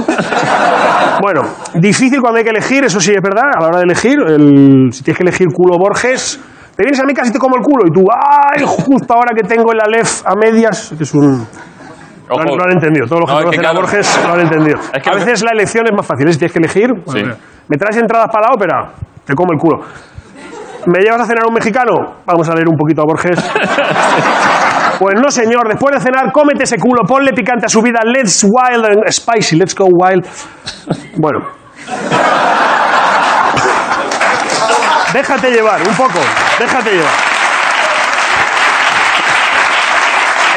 bueno, difícil cuando hay que elegir, eso sí es verdad, a la hora de elegir, el- si tienes que elegir culo Borges, te vienes a mí casi te como el culo y tú, ¡ay! Justo ahora que tengo el Aleph a medias, que es un... Lo han, lo han entendido, todos los No, que es conocen que a claro. Borges lo han entendido. Es que- a veces la elección es más fácil, ¿eh? si tienes que elegir, bueno, Sí. me traes entradas para la ópera, te como el culo. ¿Me llevas a cenar a un mexicano? Vamos a leer un poquito a Borges. Pues no, señor. Después de cenar, cómete ese culo, ponle picante a su vida. Let's wild and spicy, let's go wild. Bueno. Déjate llevar, un poco. Déjate llevar.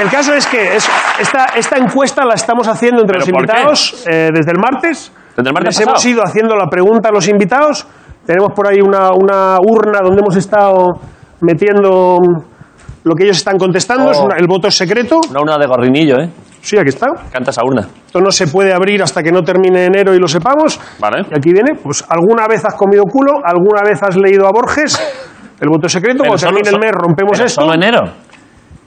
El caso es que es- esta, esta encuesta la estamos haciendo entre los ¿Pero por qué? invitados eh, desde el martes. Desde el martes Les hemos pasado. ido haciendo la pregunta a los invitados. Tenemos por ahí una, una urna donde hemos estado metiendo lo que ellos están contestando. Oh. Es una- el voto es secreto. Una urna de gorrinillo, ¿eh? Sí, aquí está. Canta esa urna. Esto no se puede abrir hasta que no termine enero y lo sepamos. Vale. Y aquí viene, pues alguna vez has comido culo, alguna vez has leído a Borges. El voto es secreto, Pero cuando solo- termine el mes rompemos pero esto. ¿Solo e- enero?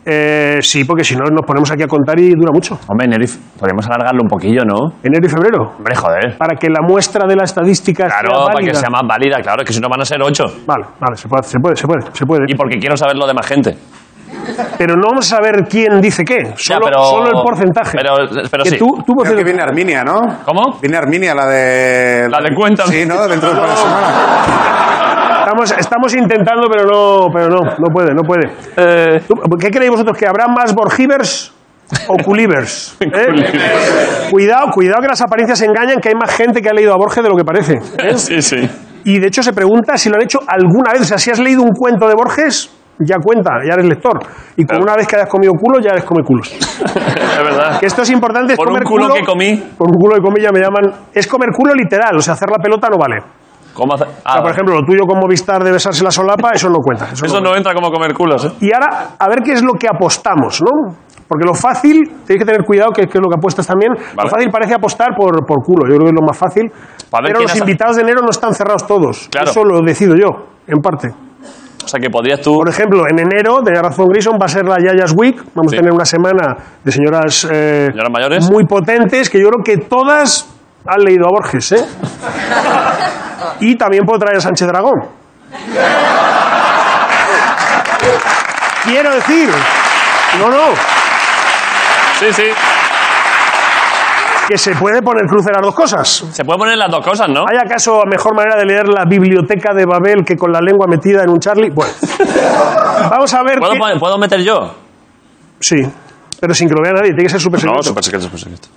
Eh, sí, porque si no nos ponemos aquí a contar y dura mucho. Hombre, enero y f- podemos alargarlo un poquillo, ¿no? Enero y febrero. Hombre, joder. Para que la muestra de la estadística sea Claro, para válida. que sea más válida, claro, es que si no van a ser ocho. Vale, vale, se puede, se puede, se puede, se puede. Y porque quiero saber lo de más gente. Pero no vamos a saber quién dice qué, Ya, solo, pero- solo el porcentaje. Pero, pero Que sí. tú, tú Creo que viene Arminia, ¿no? ¿Cómo? Viene Arminia, la de... La de cuenta. Sí, ¿no? Dentro de un par de semanas. Estamos, estamos intentando, pero no, pero no, no puede, no puede. ¿Tú- ¿Qué creéis vosotros? ¿Que habrá más Borgivers o Culivers? ¿Eh? cuidado, cuidado que las apariencias engañan, que hay más gente que ha leído a Borges de lo que parece. ¿eh? Sí, sí. Y de hecho se pregunta si lo han hecho alguna vez. O sea, si has leído un cuento de Borges, ya cuenta, ya eres lector. Y con una vez que hayas comido culo, ya eres come culos. Es verdad. Que esto es importante. es Por un comer culo que comí. Por un culo que comí ya me llaman. Es comer culo literal, o sea, hacer la pelota no vale. ¿Cómo hace- O Ah, sea, por ejemplo, lo tuyo con Movistar de besarse la solapa, eso no cuenta. Eso no eso no entra como comer culos, ¿eh? y ahora, a ver qué es lo que apostamos, ¿no? Porque lo fácil, tenéis que tener cuidado, que, que es lo que apuestas también. Lo Vale. fácil parece apostar por, por culo, yo creo que es lo más fácil. Para ver Pero quién los has- invitados de enero no están cerrados todos. Claro. Eso lo decido yo, en parte. O sea, que podrías tú. Por ejemplo, en enero, de razón Grison, va a ser la Yayas Week. Vamos Sí. a tener una semana de señoras, eh, Señoras mayores. muy potentes, que yo creo que todas han leído a Borges, ¿eh? y también puedo traer a Sánchez Dragón. Quiero decir, no, no, Sí, sí. que se puede poner cruce a las dos cosas. Se puede poner las dos cosas, ¿no? ¿Hay acaso mejor manera de leer la biblioteca de Babel que con la lengua metida en un Charlie? Bueno, vamos a ver. ¿Puedo, qué- poner- ¿puedo meter yo? Sí, pero sin que lo vea nadie, tiene que ser súper No, secreto. super secreto, super secreto.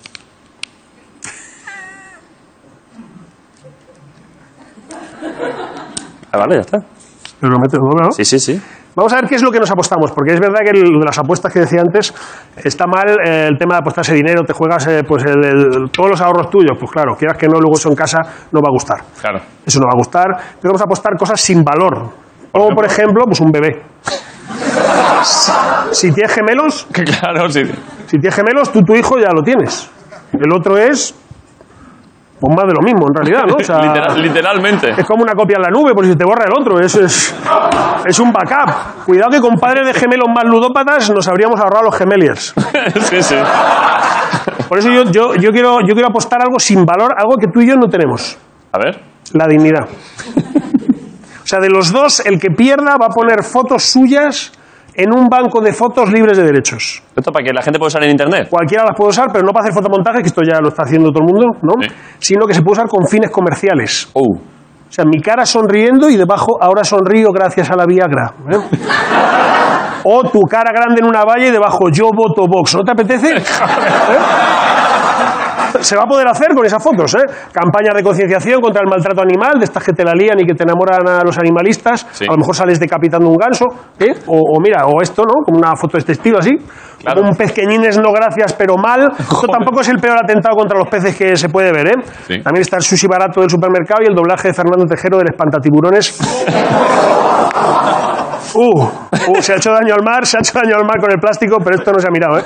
Ah, vale, ya está. Pero lo meto, ¿no? Sí, sí, sí. Vamos a ver qué es lo que nos apostamos, porque es verdad que lo de las apuestas que decía antes está mal eh, el tema de apostarse dinero, te juegas eh, pues el- el- todos los ahorros tuyos, pues claro, quieras que no, luego eso en casa no va a gustar. Claro. Eso no va a gustar. Pero vamos a apostar cosas sin valor, como por ejemplo, pues un bebé. Si tienes gemelos, Que claro, sí. si tienes gemelos, tú tu hijo ya lo tienes. El otro es pues más de lo mismo en realidad, ¿no? O sea, Literal- literalmente. es como una copia en la nube, por si te borra el otro. Eso es, es un backup. Cuidado que con padres de gemelos más ludópatas nos habríamos ahorrado los gemeliers. sí, sí. Por eso yo, yo, yo quiero, yo quiero apostar algo sin valor, algo que tú y yo no tenemos. A ver. La dignidad. O sea, de los dos, el que pierda va a poner fotos suyas en un banco de fotos libres de derechos. Esto para que la gente pueda usar en internet. Cualquiera las puede usar, pero no para hacer fotomontajes, que esto ya lo está haciendo todo el mundo, ¿no? Sí. Sino que se puede usar con fines comerciales. Uh. O sea, mi cara sonriendo y debajo ahora sonrío gracias a la Viagra. ¿eh? O tu cara grande en una valla y debajo yo voto Vox. ¿No te apetece? ¿Eh? Se va a poder hacer con esas fotos, ¿eh? Campañas de concienciación contra el maltrato animal, de estas que te la lían y que te enamoran a los animalistas. Sí. A lo mejor sales decapitando un ganso, ¿eh? O, o mira, o esto, ¿no? Como una foto de este estilo así. Claro. Un pez es no gracias, pero mal. Esto tampoco es el peor atentado contra los peces que se puede ver, ¿eh? Sí. También está el sushi barato del supermercado y el doblaje de Fernando Tejero del Espantatiburones. Uh, uh, se ha hecho daño al mar, se ha hecho daño al mar con el plástico, pero esto no se ha mirado, ¿eh?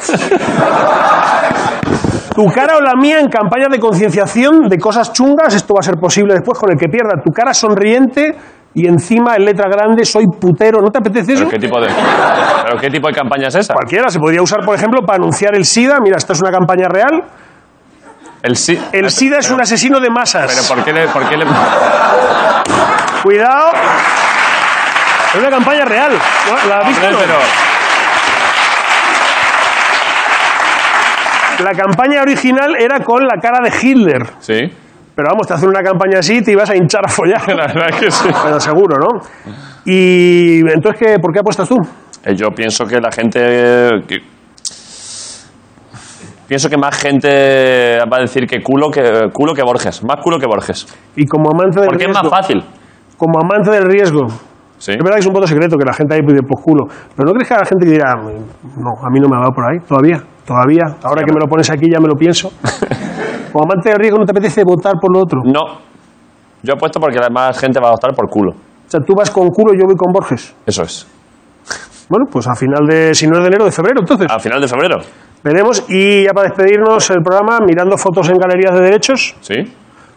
Tu cara o la mía en campaña de concienciación de cosas chungas, esto va a ser posible después con el que pierda. Tu cara sonriente y y encima en letra grande soy putero. ¿No te apetece eso? ¿Pero qué tipo de, ¿pero qué tipo de campaña es esa? Cualquiera. Se podría usar, por ejemplo, para anunciar el SIDA. Mira, esta es una campaña real. El, sí, El SIDA es un asesino de masas. ¿Pero por qué le...? Por qué le Cuidado. Es una campaña real. ¿La has visto? Hombre, pero- La campaña original era con la cara de Hitler. Sí. Pero vamos, te hacen una campaña así y te ibas a hinchar a follar. La verdad es que sí. Pero seguro, ¿no? Y entonces, ¿qué, ¿por qué apuestas tú? Eh, Yo pienso que la gente... eh, que- Pienso que más gente va a decir que culo que culo que Borges. Más culo que Borges. Y como amante del Porque es riesgo. más fácil. Como amante del riesgo. Sí. Es verdad que es un voto secreto que la gente ahí pide por culo. Pero ¿no crees que la gente que dirá, no, a mí no me ha dado por ahí? Todavía, todavía. Ahora que me lo pones aquí ya me lo pienso. como amante del riesgo, ¿no te apetece votar por lo otro? No. Yo apuesto porque la más gente va a votar por culo. O sea, tú vas con culo y yo voy con Borges. Eso es. Bueno, pues a final de, si no es de enero, de febrero, entonces. A final de febrero. Veremos. Y ya para despedirnos el programa, mirando fotos en galerías de derechos, ¿Sí?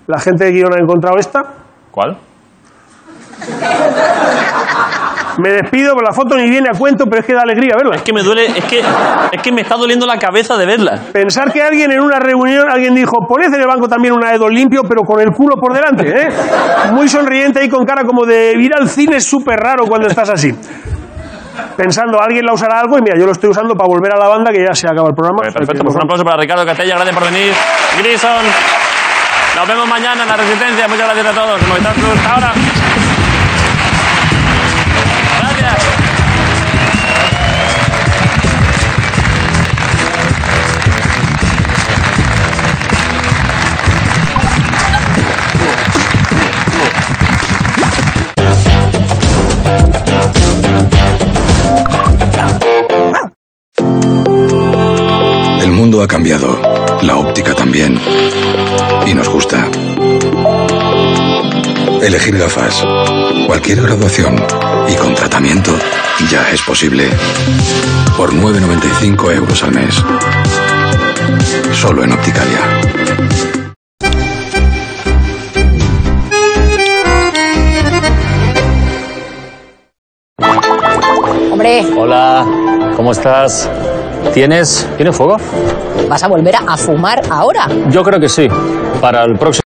la gente de Girona ha encontrado esta. ¿Cuál? Me despido, pero la foto ni viene a cuento, pero es que da alegría verla. Es que me duele... Es que, es que me está doliendo la cabeza de verla. Pensar que alguien en una reunión, alguien dijo, poned en el banco también una Edo limpio, pero con el culo por delante, ¿eh? Muy sonriente y con cara como de ir al cine es súper raro cuando estás así. Pensando, alguien la usará algo y mira, yo lo estoy usando para volver a la banda que ya se acaba el programa. Perfecto, pues un aplauso para Ricardo Catella, gracias por venir. Grison, nos vemos mañana en la Resistencia. Muchas gracias a todos. Movistar Plus, hasta ahora. Gracias. El mundo ha cambiado, la óptica también. Y nos gusta. Elegir gafas, cualquier graduación y con tratamiento ya es posible. Por 9,95 euros al mes. Solo en Opticalia. Hombre, Hola, ¿cómo estás? ¿Tienes, ¿tienes fuego? ¿vas a volver a fumar ahora? Yo creo que sí. Para el próximo.